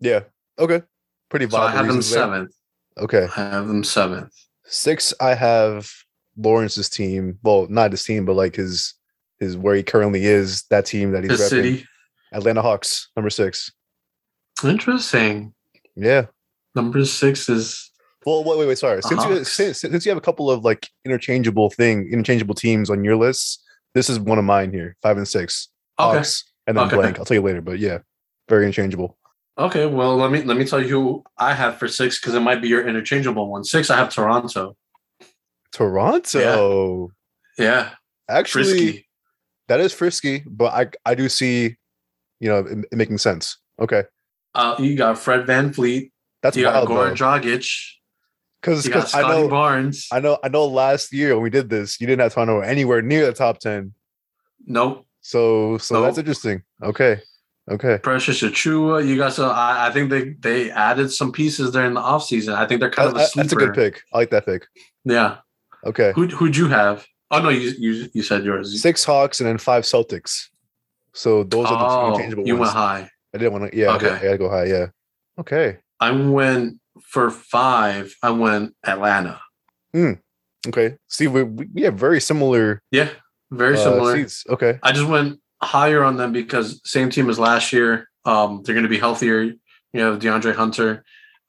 Speaker 2: Yeah. Okay. Pretty
Speaker 1: so i
Speaker 2: viable.
Speaker 1: have them
Speaker 2: reasons there.
Speaker 1: seventh
Speaker 2: Okay.
Speaker 1: i have them seventh
Speaker 2: Six, I have Lawrence's team. Well, not his team, but like his his where he currently is. That team that he's
Speaker 1: the
Speaker 2: repping.
Speaker 1: city
Speaker 2: Atlanta Hawks, number six.
Speaker 1: interesting
Speaker 2: Yeah.
Speaker 1: Number six is
Speaker 2: Well, wait, wait, wait. Sorry. Since you
Speaker 1: Hawks.
Speaker 2: since, since you have a couple of like interchangeable thing, interchangeable teams on your list, this is one of mine here. Five and six.
Speaker 1: okay.
Speaker 2: Hawks and then
Speaker 1: Okay.
Speaker 2: blank. I'll tell you later, but yeah, very interchangeable.
Speaker 1: Okay, well let me let me tell you who I have for six because it might be your interchangeable one. Six, I have Toronto.
Speaker 2: Toronto.
Speaker 1: Yeah,
Speaker 2: Actually,
Speaker 1: frisky.
Speaker 2: that is frisky, but I I do see, you know, it, it making sense. Okay.
Speaker 1: Uh, you got Fred Van Fleet.
Speaker 2: That's
Speaker 1: you got
Speaker 2: wild.
Speaker 1: Goran
Speaker 2: though.
Speaker 1: Dragic.
Speaker 2: Cause,
Speaker 1: You got
Speaker 2: 'cause I
Speaker 1: Scotty
Speaker 2: know
Speaker 1: Barnes.
Speaker 2: I know, I know. Last year when we did this, you didn't have Toronto anywhere near the top ten.
Speaker 1: nope.
Speaker 2: So, so that's
Speaker 1: Nope.
Speaker 2: interesting. Okay, okay.
Speaker 1: Precious Achua. You got some. I, I think they they added some pieces there in the offseason. I think they're kind of
Speaker 2: That-
Speaker 1: a
Speaker 2: that-
Speaker 1: sleeper.
Speaker 2: that's a good pick. I like that pick.
Speaker 1: Yeah.
Speaker 2: Okay,
Speaker 1: Who who'd you have? Oh no, you you, you said yours.
Speaker 2: six Hawks and then five Celtics. So those are the two
Speaker 1: Oh,
Speaker 2: interchangeable
Speaker 1: you
Speaker 2: ones.
Speaker 1: went high.
Speaker 2: I didn't want to. Yeah, I,
Speaker 1: Okay.
Speaker 2: gotta, I gotta go high. Yeah. Okay.
Speaker 1: I went for five. I went Atlanta.
Speaker 2: Okay. See, we we we have very similar,
Speaker 1: Yeah, very
Speaker 2: uh,
Speaker 1: similar.
Speaker 2: seats. Okay.
Speaker 1: I just went higher on them because same team as last year. Um, they're going to be healthier. You have DeAndre Hunter.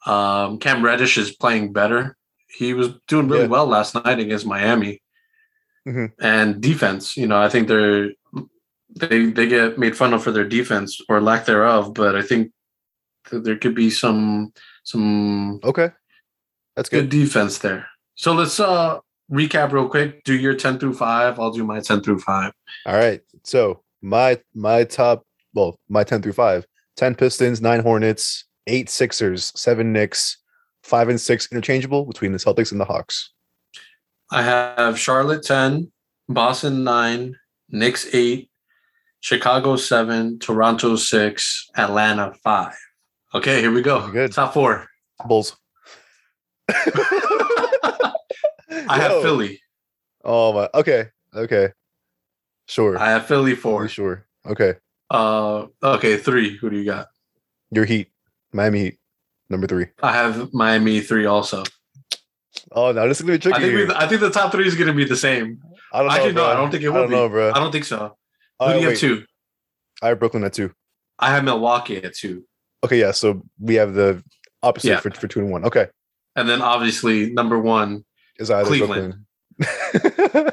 Speaker 1: Um, Cam Reddish is playing better. He was doing really
Speaker 2: Yeah.
Speaker 1: well last night against Miami.
Speaker 2: Mhm.
Speaker 1: And defense, you know, I think they're they they get made fun of for their defense or lack thereof, but I think that there could be some some
Speaker 2: Okay. That's
Speaker 1: good
Speaker 2: good.
Speaker 1: defense there. So let's uh recap real quick. Do your 10 through 5. I'll do my 10 through 5.
Speaker 2: All right. So my my top well, my 10 through 5. 10 Pistons, 9 Hornets, 8 Sixers, 7 Knicks, 5 and 6 interchangeable between the Celtics and the Hawks.
Speaker 1: I have Charlotte 10, Boston 9, Knicks 8, Chicago 7, Toronto 6, Atlanta 5. Okay, here we go.
Speaker 2: Good.
Speaker 1: Top
Speaker 2: [LAUGHS]
Speaker 1: four.
Speaker 2: Bulls.
Speaker 1: I have
Speaker 2: Yo.
Speaker 1: Philly.
Speaker 2: Oh my. Okay. Okay. Sure.
Speaker 1: I have Philly
Speaker 2: You
Speaker 1: four.
Speaker 2: Sure. Okay.
Speaker 1: Uh, okay, three. Who do you got?
Speaker 2: Your Heat, Miami Heat, number three.
Speaker 1: I have Miami three also.
Speaker 2: Oh no, this is gonna be tricky.
Speaker 1: I think
Speaker 2: here.
Speaker 1: we, I think the top three is going to be the same.
Speaker 2: I don't know.
Speaker 1: Actually, no, I
Speaker 2: bro.
Speaker 1: don't think it
Speaker 2: I
Speaker 1: will
Speaker 2: don't
Speaker 1: be.
Speaker 2: know, bro.
Speaker 1: I don't think so. Who
Speaker 2: All
Speaker 1: do you
Speaker 2: right,
Speaker 1: have
Speaker 2: Uh, wait.
Speaker 1: two?
Speaker 2: I have Brooklyn at two.
Speaker 1: I have Milwaukee at two,
Speaker 2: Okay, yeah. So we have the opposite
Speaker 1: Yeah.
Speaker 2: for, for two and one. Okay,
Speaker 1: and then obviously number one. [LAUGHS]
Speaker 2: is either
Speaker 1: Cleveland.
Speaker 2: Brooklyn,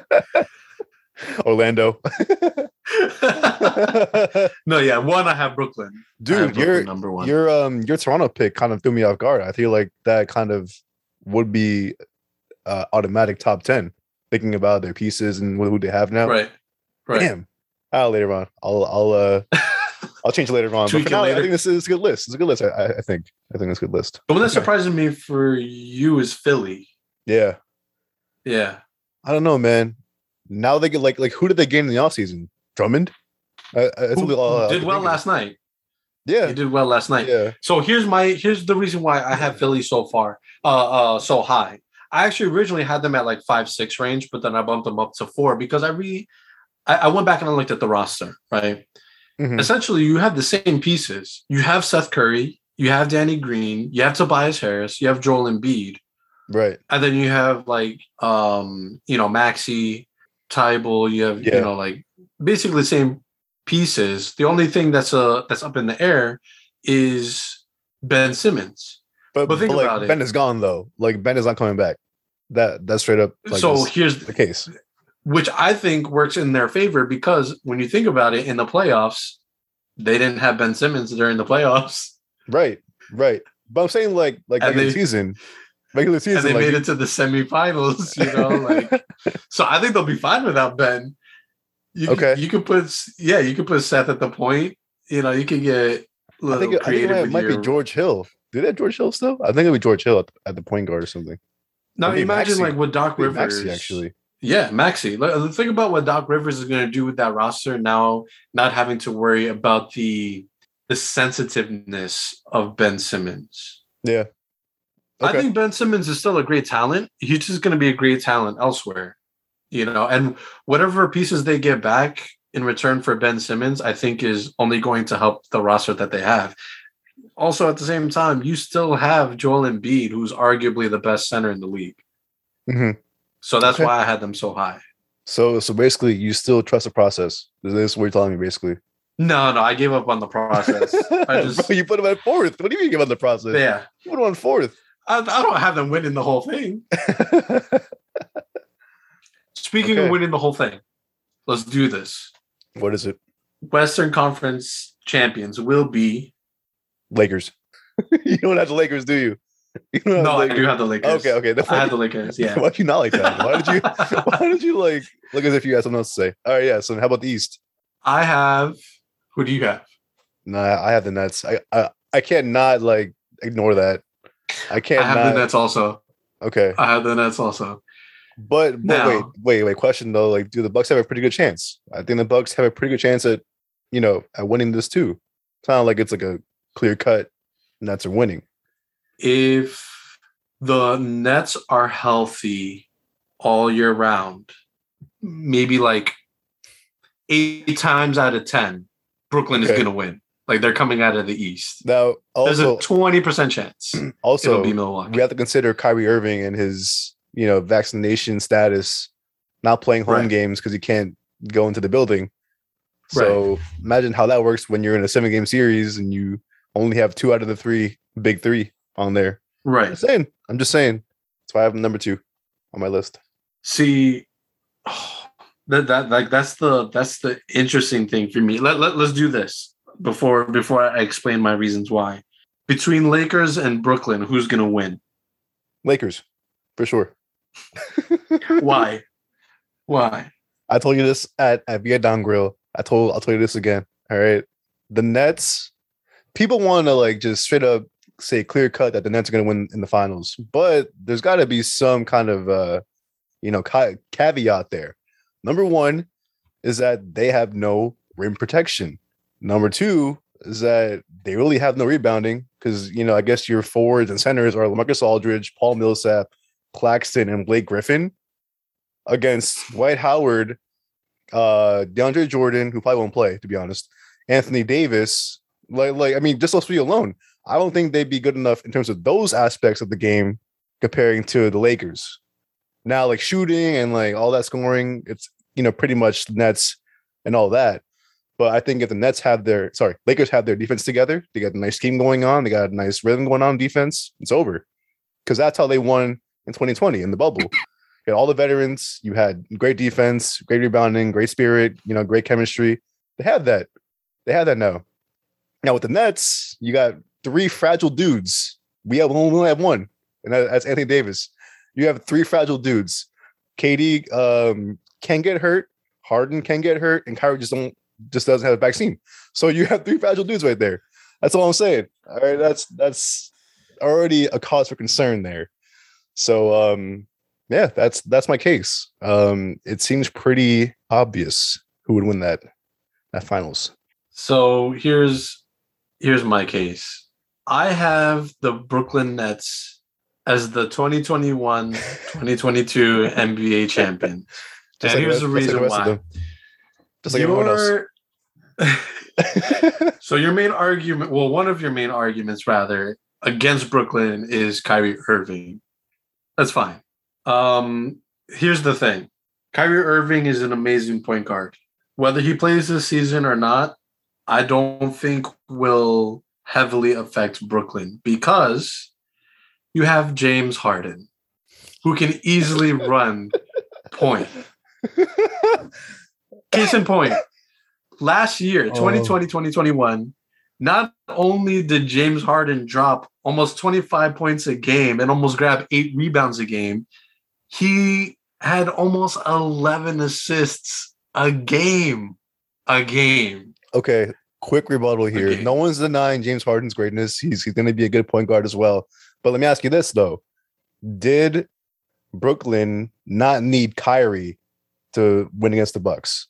Speaker 2: [LAUGHS] Orlando, [LAUGHS]
Speaker 1: no, yeah, one. I have Brooklyn. I have
Speaker 2: dude.
Speaker 1: Brooklyn
Speaker 2: Your
Speaker 1: number one.
Speaker 2: your um your Toronto pick kind of threw me off guard. I feel like that kind of would be uh, automatic top ten. Thinking about their pieces and who they have now.
Speaker 1: right, right.
Speaker 2: Oh. Damn. Ah, later on. I'll I'll uh
Speaker 1: [LAUGHS]
Speaker 2: I'll change it later on. But
Speaker 1: Tweak
Speaker 2: for
Speaker 1: it
Speaker 2: now, I
Speaker 1: later.
Speaker 2: think this is a good list. It's a good list. I, I, I think. I think it's a good list.
Speaker 1: The one that
Speaker 2: Okay.
Speaker 1: surprises me for you is Philly.
Speaker 2: Yeah.
Speaker 1: Yeah,
Speaker 2: I don't know, man. Now they get like like who did they gain in the offseason? Drummond? I, I, that's
Speaker 1: Who-
Speaker 2: really all
Speaker 1: who
Speaker 2: I
Speaker 1: did
Speaker 2: can
Speaker 1: well
Speaker 2: think of.
Speaker 1: last night. He
Speaker 2: Yeah.
Speaker 1: did well last night.
Speaker 2: Yeah.
Speaker 1: So here's my here's the reason why I have Philly so far, uh, uh, so high. I actually originally had them at like five six range, but then I bumped them up to four because I really, I, I went back and I looked at the roster. Right,
Speaker 2: Mhm.
Speaker 1: essentially you have the same pieces. You have Seth Curry, you have Danny Green, you have Tobias Harris, you have Joel Embiid,
Speaker 2: Right.
Speaker 1: and then you have like um, you know Maxi, Tybal. You have
Speaker 2: Yeah.
Speaker 1: you know like basically the same pieces. The only thing that's uh that's up in the air is Ben Simmons.
Speaker 2: But,
Speaker 1: But think
Speaker 2: like,
Speaker 1: about it.
Speaker 2: Ben is gone though. Like Ben is not coming back. That that's straight up like
Speaker 1: so
Speaker 2: just
Speaker 1: here's
Speaker 2: the case.
Speaker 1: which I think works in their favor because when you think about it, in the playoffs, they didn't have Ben Simmons during the playoffs,
Speaker 2: Right. Right. But I'm saying like like
Speaker 1: And
Speaker 2: regular
Speaker 1: they-
Speaker 2: season. Regular season.
Speaker 1: and they
Speaker 2: like,
Speaker 1: made
Speaker 2: you-
Speaker 1: it to the semifinals. You know,
Speaker 2: [LAUGHS]
Speaker 1: like so I think they'll be fine without Ben. You
Speaker 2: Okay.
Speaker 1: could, you could put yeah, you could put Seth at the point. You know, you could get a
Speaker 2: I
Speaker 1: little
Speaker 2: think, it- I think it
Speaker 1: creative.
Speaker 2: might,
Speaker 1: with
Speaker 2: might
Speaker 1: your,
Speaker 2: be George Hill. Do they have George Hill still? I think it'll be George Hill at, at the point guard or something.
Speaker 1: now
Speaker 2: maybe
Speaker 1: imagine
Speaker 2: Maxey.
Speaker 1: like what Doc
Speaker 2: Maybe
Speaker 1: Rivers
Speaker 2: Maxey, actually.
Speaker 1: Yeah, Maxi. Look, Think about what Doc Rivers is going to do with that roster now, not having to worry about the the sensitiveness of Ben Simmons.
Speaker 2: Yeah. Okay.
Speaker 1: I think Ben Simmons is still a great talent. He's just going to be a great talent elsewhere, you know. And whatever pieces they get back in return for Ben Simmons, I think is only going to help the roster that they have. Also, at the same time, you still have Joel Embiid, who's arguably the best center in the league.
Speaker 2: hmm
Speaker 1: So that's
Speaker 2: Okay.
Speaker 1: why I had them so high.
Speaker 2: So so basically, you still trust the process. This is what you're telling me, basically.
Speaker 1: No, no, I gave up on the process. I just,
Speaker 2: [LAUGHS] Bro, you put him at fourth. What do you mean give up the process?
Speaker 1: yeah,
Speaker 2: You put him on fourth. [LAUGHS]
Speaker 1: I, I don't have them winning the whole thing. Speaking
Speaker 2: Okay.
Speaker 1: of winning the whole thing, let's do this.
Speaker 2: what is it?
Speaker 1: Western Conference champions will be.
Speaker 2: Lakers. [LAUGHS] you don't have the Lakers, do you? You don't have
Speaker 1: No,
Speaker 2: the
Speaker 1: I
Speaker 2: Lakers.
Speaker 1: do have the Lakers.
Speaker 2: Okay, okay. Then
Speaker 1: I
Speaker 2: why-
Speaker 1: had the Lakers. Yeah.
Speaker 2: [LAUGHS] Why did you not like that? Why did you?
Speaker 1: [LAUGHS]
Speaker 2: Why did you like look as if you had something else to say? All right, yeah. So how about the East?
Speaker 1: I have. Who do you have?
Speaker 2: Nah, I have the Nets. I I, I can't not like ignore that. I
Speaker 1: I
Speaker 2: can't
Speaker 1: have
Speaker 2: not.
Speaker 1: the Nets also.
Speaker 2: Okay,
Speaker 1: I have the Nets also.
Speaker 2: But, but wait,
Speaker 1: Now-
Speaker 2: wait, wait. Question though, like, do the Bucks have a pretty good chance? I think the Bucks have a pretty good chance at, you know, at winning this too. It's not like it's like a clear cut. Nets are winning.
Speaker 1: If the Nets are healthy all year round, maybe like eight times out of 10, Brooklyn is
Speaker 2: Okay.
Speaker 1: going to win. Like they're coming out of the East.
Speaker 2: Now, also,
Speaker 1: There's a 20%
Speaker 2: [CLEARS THROAT]
Speaker 1: chance
Speaker 2: also,
Speaker 1: it'll be
Speaker 2: we
Speaker 1: Milwaukee.
Speaker 2: have to consider Kyrie Irving and his, you know, vaccination status, not playing home
Speaker 1: Right.
Speaker 2: games because he can't go into the building. So imagine how that works when you're in a seven game series and you only have two out of the three big three on there. I'm
Speaker 1: Right.
Speaker 2: just saying. I'm just saying. That's why I have number two on my list.
Speaker 1: See, [SIGHS] that that like that's the that's the interesting thing for me. Let, let let's do this before before I explain my reasons why. Between Lakers and Brooklyn, who's gonna
Speaker 2: [LAUGHS]
Speaker 1: win?
Speaker 2: Lakers, for sure.
Speaker 1: Why? Why?
Speaker 2: I told you this at, at Vietnam Grill. I told I'll tell you this again. All right. The Nets, people want to like just straight up say clear cut that the Nets are gonna win in the finals, but there's gotta be some kind of uh you know ca- caveat there. Number one is that they have no rim protection. Number two is that they really have no rebounding because you know, I guess your forwards and centers are Marcus Aldridge, Paul Millsap, Claxton, and Blake Griffin against Dwight Howard uh DeAndre Jordan, who probably won't play, to be honest, Anthony Davis, like like I mean, just those three alone, I don't think they'd be good enough in terms of those aspects of the game comparing to the Lakers. Now, like shooting and like all that scoring, it's you know pretty much Nets and all that. But I think if the Nets have their sorry, Lakers have their defense together, they got a nice scheme going on, they got a nice rhythm going on defense, it's over. Because that's how they won in 2020 in the bubble you had all the veterans. You had great defense, great rebounding, great spirit. You know, great chemistry. They had that. They had that now. Now with the Nets, you got three fragile dudes. We have we only have one, and that- that's Anthony Davis. You have three fragile dudes. KD um, can get hurt. Harden can get hurt, and Kyrie just don't just doesn't have a vaccine. So you have three fragile dudes right there. That's all I'm saying. All right, that's that's already a cause for concern there. So um, yeah, that's that's my case. Um, it seems pretty obvious who would win that that finals.
Speaker 1: So here's here's my case. I have the Brooklyn Nets as the
Speaker 2: [LAUGHS]
Speaker 1: 2021-2022 NBA champion.
Speaker 2: Just
Speaker 1: and
Speaker 2: like
Speaker 1: here's
Speaker 2: the-
Speaker 1: the
Speaker 2: just like
Speaker 1: reason
Speaker 2: the rest of
Speaker 1: why.
Speaker 2: them. Just like everyone else.
Speaker 1: Your- So your main argument, well, one of your main arguments rather against Brooklyn is Kyrie Irving. That's fine. Um, here's the thing: Kyrie Irving is an amazing point guard. Whether he plays this season or not, I don't think will heavily affect Brooklyn because you have James Harden, who can easily run point. Case in point, last year,
Speaker 2: Oh.
Speaker 1: 2020, 2021, not only did James Harden drop almost 25 points a game and almost grab eight rebounds a game, he had almost 11 assists a game. A game.
Speaker 2: [LAUGHS] okay, quick rebuttal here.
Speaker 1: Okay.
Speaker 2: No one's denying James Harden's greatness. He's he's going to be a good point guard as well. But let me ask you this though: Did Brooklyn not need Kyrie to win against the Bucks?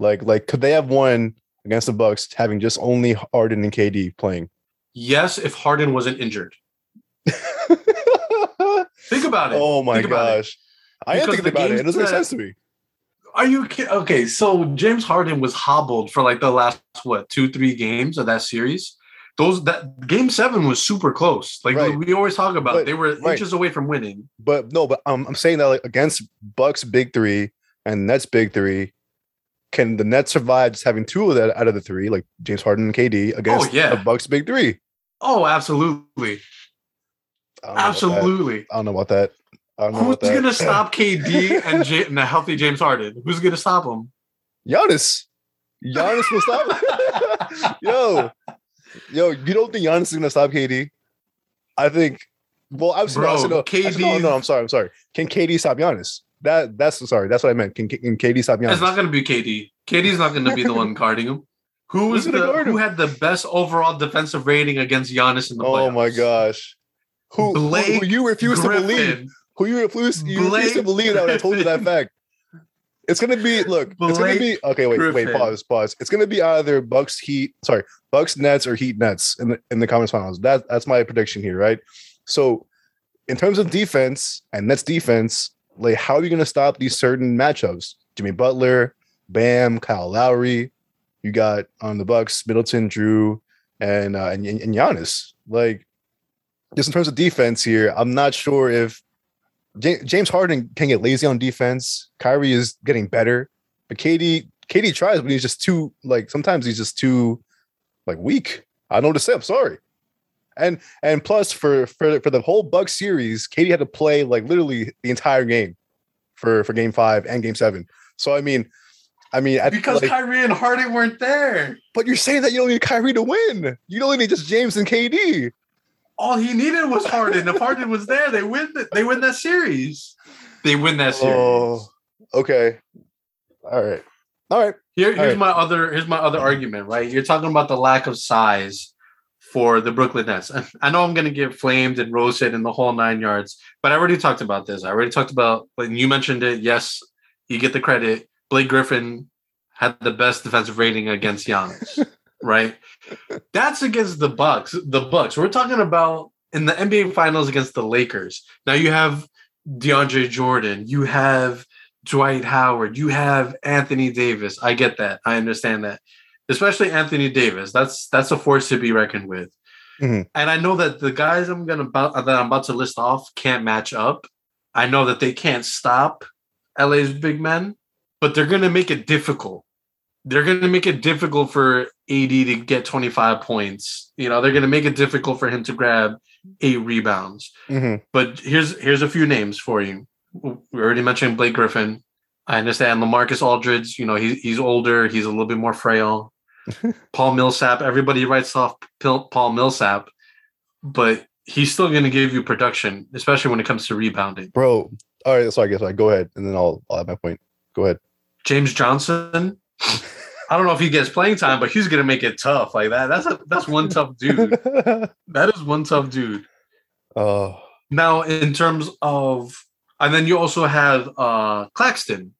Speaker 2: Like like could they have won against the Bucks having just only Harden and KD playing?
Speaker 1: Yes, if Harden wasn't injured.
Speaker 2: [LAUGHS]
Speaker 1: Think about it.
Speaker 2: Oh my
Speaker 1: Think about it.
Speaker 2: gosh. I am
Speaker 1: Because
Speaker 2: thinking
Speaker 1: the
Speaker 2: about it.
Speaker 1: games
Speaker 2: It doesn't make
Speaker 1: that-
Speaker 2: sense to me.
Speaker 1: Are you kidding? Okay, so James Harden was hobbled for like the last what two, three games of that series. Those that game seven was super close. Like
Speaker 2: Right.
Speaker 1: we always talk about,
Speaker 2: But-
Speaker 1: they were
Speaker 2: right.
Speaker 1: inches away from winning.
Speaker 2: But no, but um, I'm saying that like against Bucks big three and Nets big three, can the Nets survive just having two of that out of the three, like James Harden and KD against
Speaker 1: Oh, yeah.
Speaker 2: the Bucks big three?
Speaker 1: Oh, absolutely,
Speaker 2: I don't know about that.
Speaker 1: absolutely.
Speaker 2: I don't know about that. I don't know
Speaker 1: Who's
Speaker 2: about that.
Speaker 1: gonna stop KD and,
Speaker 2: [LAUGHS]
Speaker 1: J- and a healthy James Harden? Who's gonna stop him?
Speaker 2: Giannis? Giannis will stop.
Speaker 1: [LAUGHS]
Speaker 2: yo, yo, you don't think Giannis is gonna stop KD? I think. Well, I'm sorry.
Speaker 1: Bro,
Speaker 2: actually, no, actually, no,
Speaker 1: KD
Speaker 2: no, I'm sorry. I'm sorry. Can KD stop Giannis? That that's sorry. That's what I meant. Can, can KD stop Giannis?
Speaker 1: It's not gonna be KD. KD's not gonna be the
Speaker 2: [LAUGHS]
Speaker 1: one guarding him. Who
Speaker 2: Who's
Speaker 1: was
Speaker 2: gonna
Speaker 1: the
Speaker 2: guard
Speaker 1: who
Speaker 2: him?
Speaker 1: had the best overall defensive rating against Giannis in the playoffs?
Speaker 2: oh my gosh. Who, who- who
Speaker 1: Blake
Speaker 2: you refuse
Speaker 1: Griffin.
Speaker 2: to believe? Who you refuse, you refuse to
Speaker 1: Blake
Speaker 2: believe that when I told
Speaker 1: [LAUGHS]
Speaker 2: you that
Speaker 1: Griffin.
Speaker 2: fact? It's gonna be look. it's gonna be
Speaker 1: Blake
Speaker 2: okay. Wait, wait.
Speaker 1: Griffin.
Speaker 2: Pause. Pause. It's gonna be either Bucks Heat. Sorry, Bucks Nets or Heat Nets in the in the conference finals. That that's my prediction here, right? So, in terms of defense and Nets defense, like how are you gonna stop these certain matchups? Jimmy Butler, Bam, Kyle Lowry. You got on the Bucks, Middleton, Drew, and uh, and and Giannis. Like just in terms of defense here, I'm not sure if Ja- James Harden can get lazy on defense. Kyrie is getting better, but KD KD tries, but he's just too like sometimes he's just too like weak. I know what to say. I'm sorry. And and plus for for for the whole Buck series, Katie had to play like literally the entire game for for Game Five and Game Seven. So I mean, I mean, I,
Speaker 1: because
Speaker 2: like,
Speaker 1: Kyrie and Harden weren't there.
Speaker 2: but you're saying that you don't need Kyrie to win. You don't need just James and KD.
Speaker 1: All he needed was Harden. if Harden was there, they win. th- They win that series. They win that series.
Speaker 2: Oh, okay. All right. All right.
Speaker 1: Here, here's
Speaker 2: Alright.
Speaker 1: my other here's my other argument, right? You're talking about the lack of size for the Brooklyn Nets. I know I'm gonna get flamed and roasted in the whole nine yards, but I already talked about this. I already talked about when you mentioned it. Yes, you get the credit. Blake Griffin had the best defensive rating against Giannis, right? That's against the Bucks. The Bucks. We're talking about in the NBA Finals against the Lakers. Now you have DeAndre Jordan. You have Dwight Howard, you have Anthony Davis. I get that. I understand that. Especially Anthony Davis. That's that's a force to be reckoned with.
Speaker 2: Mhm.
Speaker 1: And I know that the guys I'm gonna about that I'm about to list off can't match up. I know that they can't stop LA's big men, but they're gonna make it difficult. They're gonna make it difficult for AD to get 25 points. You know, they're gonna make it difficult for him to grab eight rebounds
Speaker 2: Mhm.
Speaker 1: but here's here's a few names for you. We already mentioned Blake Griffin. I understand Lamarcus Aldridge. You know he's he's older. He's a little bit more frail. Paul Millsap. Everybody writes off Pil- Paul Millsap, but he's still going to give you production, especially when it comes to rebounding.
Speaker 2: Bro. All right. Sorry. Guess I go ahead and then I'll, I'll have my point. Go ahead.
Speaker 1: James Johnson. I don't know if he gets playing time, but he's going to make it tough like that. That's a that's one tough dude. That is one tough dude.
Speaker 2: [LAUGHS] oh,
Speaker 1: Now in terms of, and then you also have uh Claxton.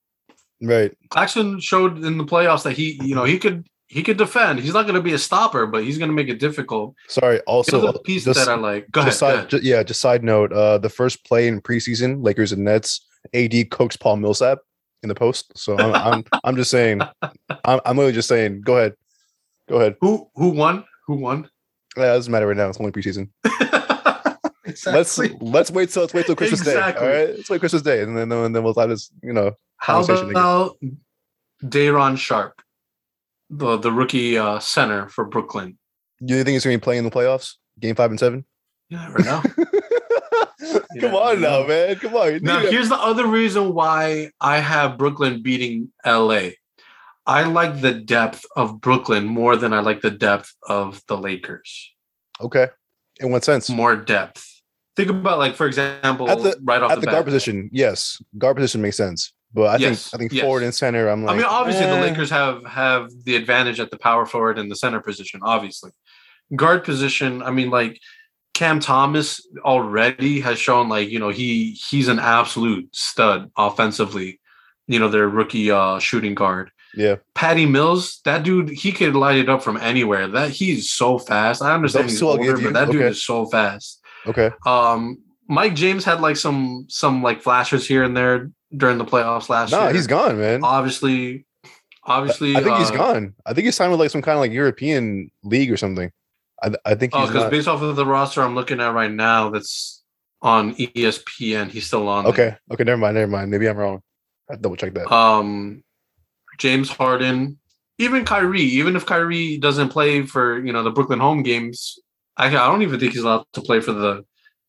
Speaker 2: right.
Speaker 1: Claxton showed in the playoffs that he, you know, he could he could defend. He's not going to be a stopper, but he's going to make it difficult.
Speaker 2: Sorry.
Speaker 1: The
Speaker 2: Also,
Speaker 1: other piece
Speaker 2: just-
Speaker 1: that I like. Go ahead.
Speaker 2: just
Speaker 1: go
Speaker 2: side,
Speaker 1: ahead.
Speaker 2: ju- yeah, just side note. Uh, the first play in preseason, Lakers and Nets, AD coaxed Paul Millsap in the post. So I'm, I'm, I'm
Speaker 1: [LAUGHS]
Speaker 2: just saying, I'm, I'm really just saying. Go ahead, go ahead.
Speaker 1: who who won? Who won? [LAUGHS]
Speaker 2: Yeah, it doesn't matter right now. It's only preseason. Let's
Speaker 1: exactly.
Speaker 2: let's wait till let's wait till Christmas
Speaker 1: Exactly.
Speaker 2: Day. All right, let's wait Christmas Day, and then and then we'll have this. You know,
Speaker 1: [LAUGHS] How
Speaker 2: conversation
Speaker 1: about Dayron Sharp, the the rookie uh, center for Brooklyn?
Speaker 2: do you think he's going to be playing in the playoffs? Game five and [LAUGHS] seven.
Speaker 1: You never know.
Speaker 2: Come on now,
Speaker 1: no.
Speaker 2: man. Come on. You
Speaker 1: now
Speaker 2: need a-
Speaker 1: here's the other reason why I have Brooklyn beating LA. I like the depth of Brooklyn more than I like the depth of the Lakers.
Speaker 2: okay. In what sense?
Speaker 1: more depth. Think about like for example,
Speaker 2: At the-
Speaker 1: right off
Speaker 2: At
Speaker 1: the,
Speaker 2: the
Speaker 1: bat.
Speaker 2: guard position, yes, guard position makes sense. But I
Speaker 1: Yes,
Speaker 2: think I think
Speaker 1: yes.
Speaker 2: forward and center. I'm like.
Speaker 1: I mean, obviously the
Speaker 2: eh.
Speaker 1: Lakers have have the advantage at the power forward and the center position. Obviously, guard position. I mean, like Cam Thomas already has shown like you know he he's an absolute stud offensively. You know their rookie uh, shooting guard.
Speaker 2: Yeah.
Speaker 1: Patty Mills, that dude, he could light it up from anywhere. That he's so fast. I understand
Speaker 2: Those
Speaker 1: he's
Speaker 2: two I'll
Speaker 1: older,
Speaker 2: give you.
Speaker 1: but that dude
Speaker 2: Okay.
Speaker 1: is so fast.
Speaker 2: Okay.
Speaker 1: Um, Mike James had like some some like flashes here and there during the playoffs last
Speaker 2: No,
Speaker 1: year.
Speaker 2: he's gone, man.
Speaker 1: obviously, obviously.
Speaker 2: I think he's
Speaker 1: uh,
Speaker 2: gone. I think he's signed with like some kind of like European league or something. I, I think
Speaker 1: Oh,
Speaker 2: he's
Speaker 1: because
Speaker 2: not.
Speaker 1: based off of the roster I'm looking at right now, that's on E ESPN. He's still on. there.
Speaker 2: Okay. Okay. Never mind. Never mind. Maybe I'm wrong. I double check that.
Speaker 1: Um, James Harden, even Kyrie. Even if Kyrie doesn't play for you know the Brooklyn home games, I, I don't even think he's allowed to play for the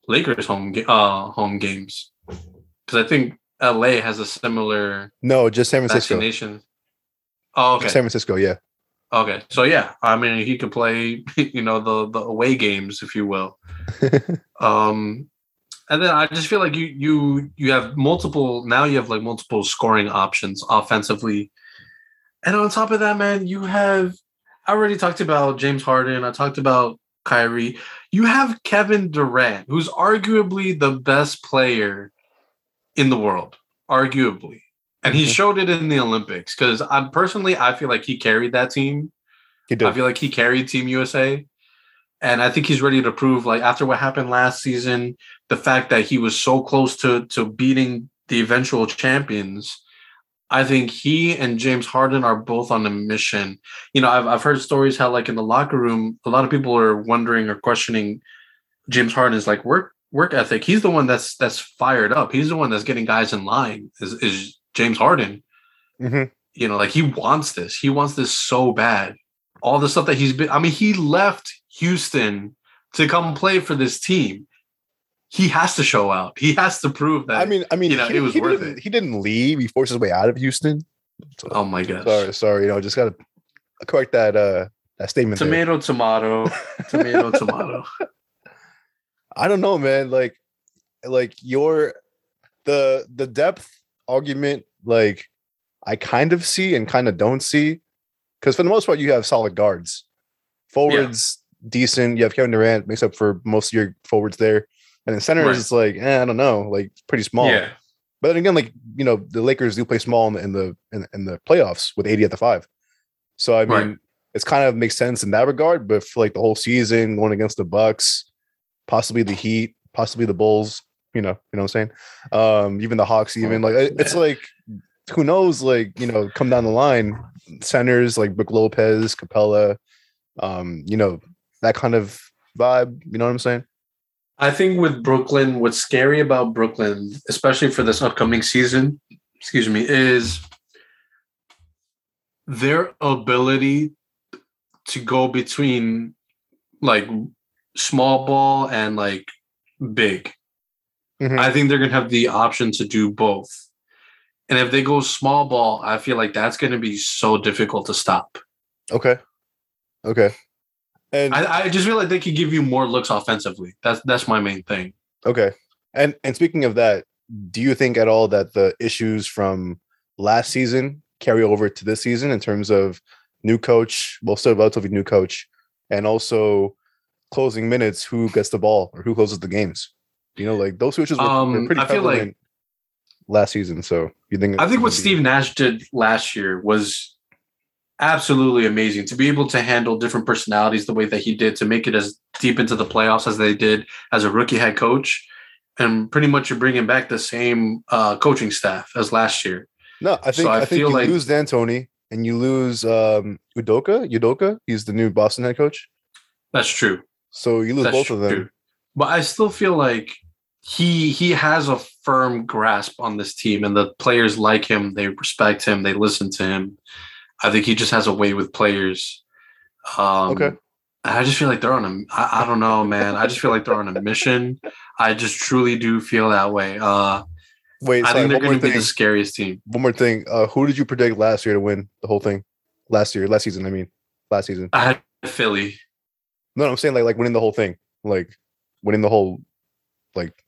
Speaker 1: Lakers home ga- uh home games because I think LA has a similar
Speaker 2: no, just San Francisco.
Speaker 1: vaccination. Oh, okay.
Speaker 2: San Francisco. Yeah.
Speaker 1: Okay. So yeah, I mean, he could play, [LAUGHS] you know, the the away games, if you will. um, and then I just feel like you you you have multiple now. You have like multiple scoring options offensively, and on top of that, man, you have. I already talked about James Harden. I talked about Kyrie. You have Kevin Durant, who's arguably the best player in the world, arguably. And he
Speaker 2: Mhm.
Speaker 1: showed it in the Olympics because I'm personally, I feel like he carried that team.
Speaker 2: He
Speaker 1: I
Speaker 2: did.
Speaker 1: feel like he carried Team USA. And I think he's ready to prove, like, after what happened last season, the fact that he was so close to, to beating the eventual champions. I think he and James Harden are both on a mission. You know, I've, I've heard stories how, like, in the locker room, a lot of people are wondering or questioning James Harden's, like, work work ethic. He's the one that's that's fired up. He's the one that's getting guys in line, is, is James Harden
Speaker 2: Mhm.
Speaker 1: you know, like he wants this. He wants this so bad. All the stuff that he's been, I mean, he left Houston to come play for this team, he has to show out. He has to prove that.
Speaker 2: I mean, I mean,
Speaker 1: you know,
Speaker 2: he,
Speaker 1: it was
Speaker 2: he
Speaker 1: worth
Speaker 2: didn't-
Speaker 1: it.
Speaker 2: He didn't leave. He forced his way out of Houston.
Speaker 1: oh my gosh.
Speaker 2: Sorry, sorry. You know, just gotta correct that uh that statement. there.
Speaker 1: Tomato,
Speaker 2: [LAUGHS]
Speaker 1: tomato, tomato, tomato.
Speaker 2: I don't know, man. Like, like your the the depth argument, like I kind of see and kind of don't see, because for the most part, you have solid guards, forwards decent. You have Kevin Durant makes up for most of your forwards there, and then centers
Speaker 1: Right.
Speaker 2: it's like eh, I don't know, like pretty small.
Speaker 1: Yeah.
Speaker 2: But then again, like you know, the Lakers do play small in the in the in, in the playoffs with eighty at the five. So I mean,
Speaker 1: Right.
Speaker 2: it's kind of makes sense in that regard. But for like the whole season, going against the Bucks, possibly the Heat, possibly the Bulls, you know, you know what I'm saying? Um, even the Hawks, even like it- it's
Speaker 1: man.
Speaker 2: like who knows? Like you know, come down the line, centers like Brooke Lopez, Capella, um, you know, that kind of vibe. You know what I'm saying?
Speaker 1: I think with Brooklyn, what's scary about Brooklyn, especially for this upcoming season, excuse me, is their ability to go between like small ball and like big.
Speaker 2: Mhm.
Speaker 1: I think they're going to have the option to do both. And if they go small ball, I feel like that's going to be so difficult to stop.
Speaker 2: Okay, okay, and
Speaker 1: I, I just feel like they could give you more looks offensively. That's that's my main thing.
Speaker 2: Okay. And and speaking of that, do you think at all that the issues from last season carry over to this season in terms of new coach, well, still relatively new coach, and also closing minutes, who gets the ball or who closes the games? You know, like those switches were, were
Speaker 1: Um,
Speaker 2: pretty
Speaker 1: I feel like-
Speaker 2: prevalent last season. So you think?
Speaker 1: I think what
Speaker 2: it's-
Speaker 1: Steve Nash did last year was absolutely amazing to be able to handle different personalities the way that he did to make it as deep into the playoffs as they did as a rookie head coach and pretty much you're bringing back the same uh, coaching staff as last year
Speaker 2: No, I think
Speaker 1: I
Speaker 2: I, think
Speaker 1: feel
Speaker 2: you
Speaker 1: like-
Speaker 2: lose D'Antoni and you lose um, Udoka. Udoka, he's the new Boston head coach.
Speaker 1: that's true
Speaker 2: So you lose
Speaker 1: that's
Speaker 2: both of them.
Speaker 1: true. but i still feel like he he has a firm grasp on this team and the players like him they respect him they listen to him i think he just has a way with players um
Speaker 2: Okay.
Speaker 1: I just feel like they're on a. I, I don't know, man. I just feel like they're on a mission. I just truly do feel that way. Uh,
Speaker 2: Wait,
Speaker 1: I
Speaker 2: sorry,
Speaker 1: think they're
Speaker 2: one more
Speaker 1: going to be
Speaker 2: thing.
Speaker 1: the scariest team.
Speaker 2: one more thing. Uh, who did you predict last year to win the whole thing? Last year, last season. I mean, last season.
Speaker 1: I had Philly.
Speaker 2: No, no, I'm saying like like winning the whole thing, like winning the whole like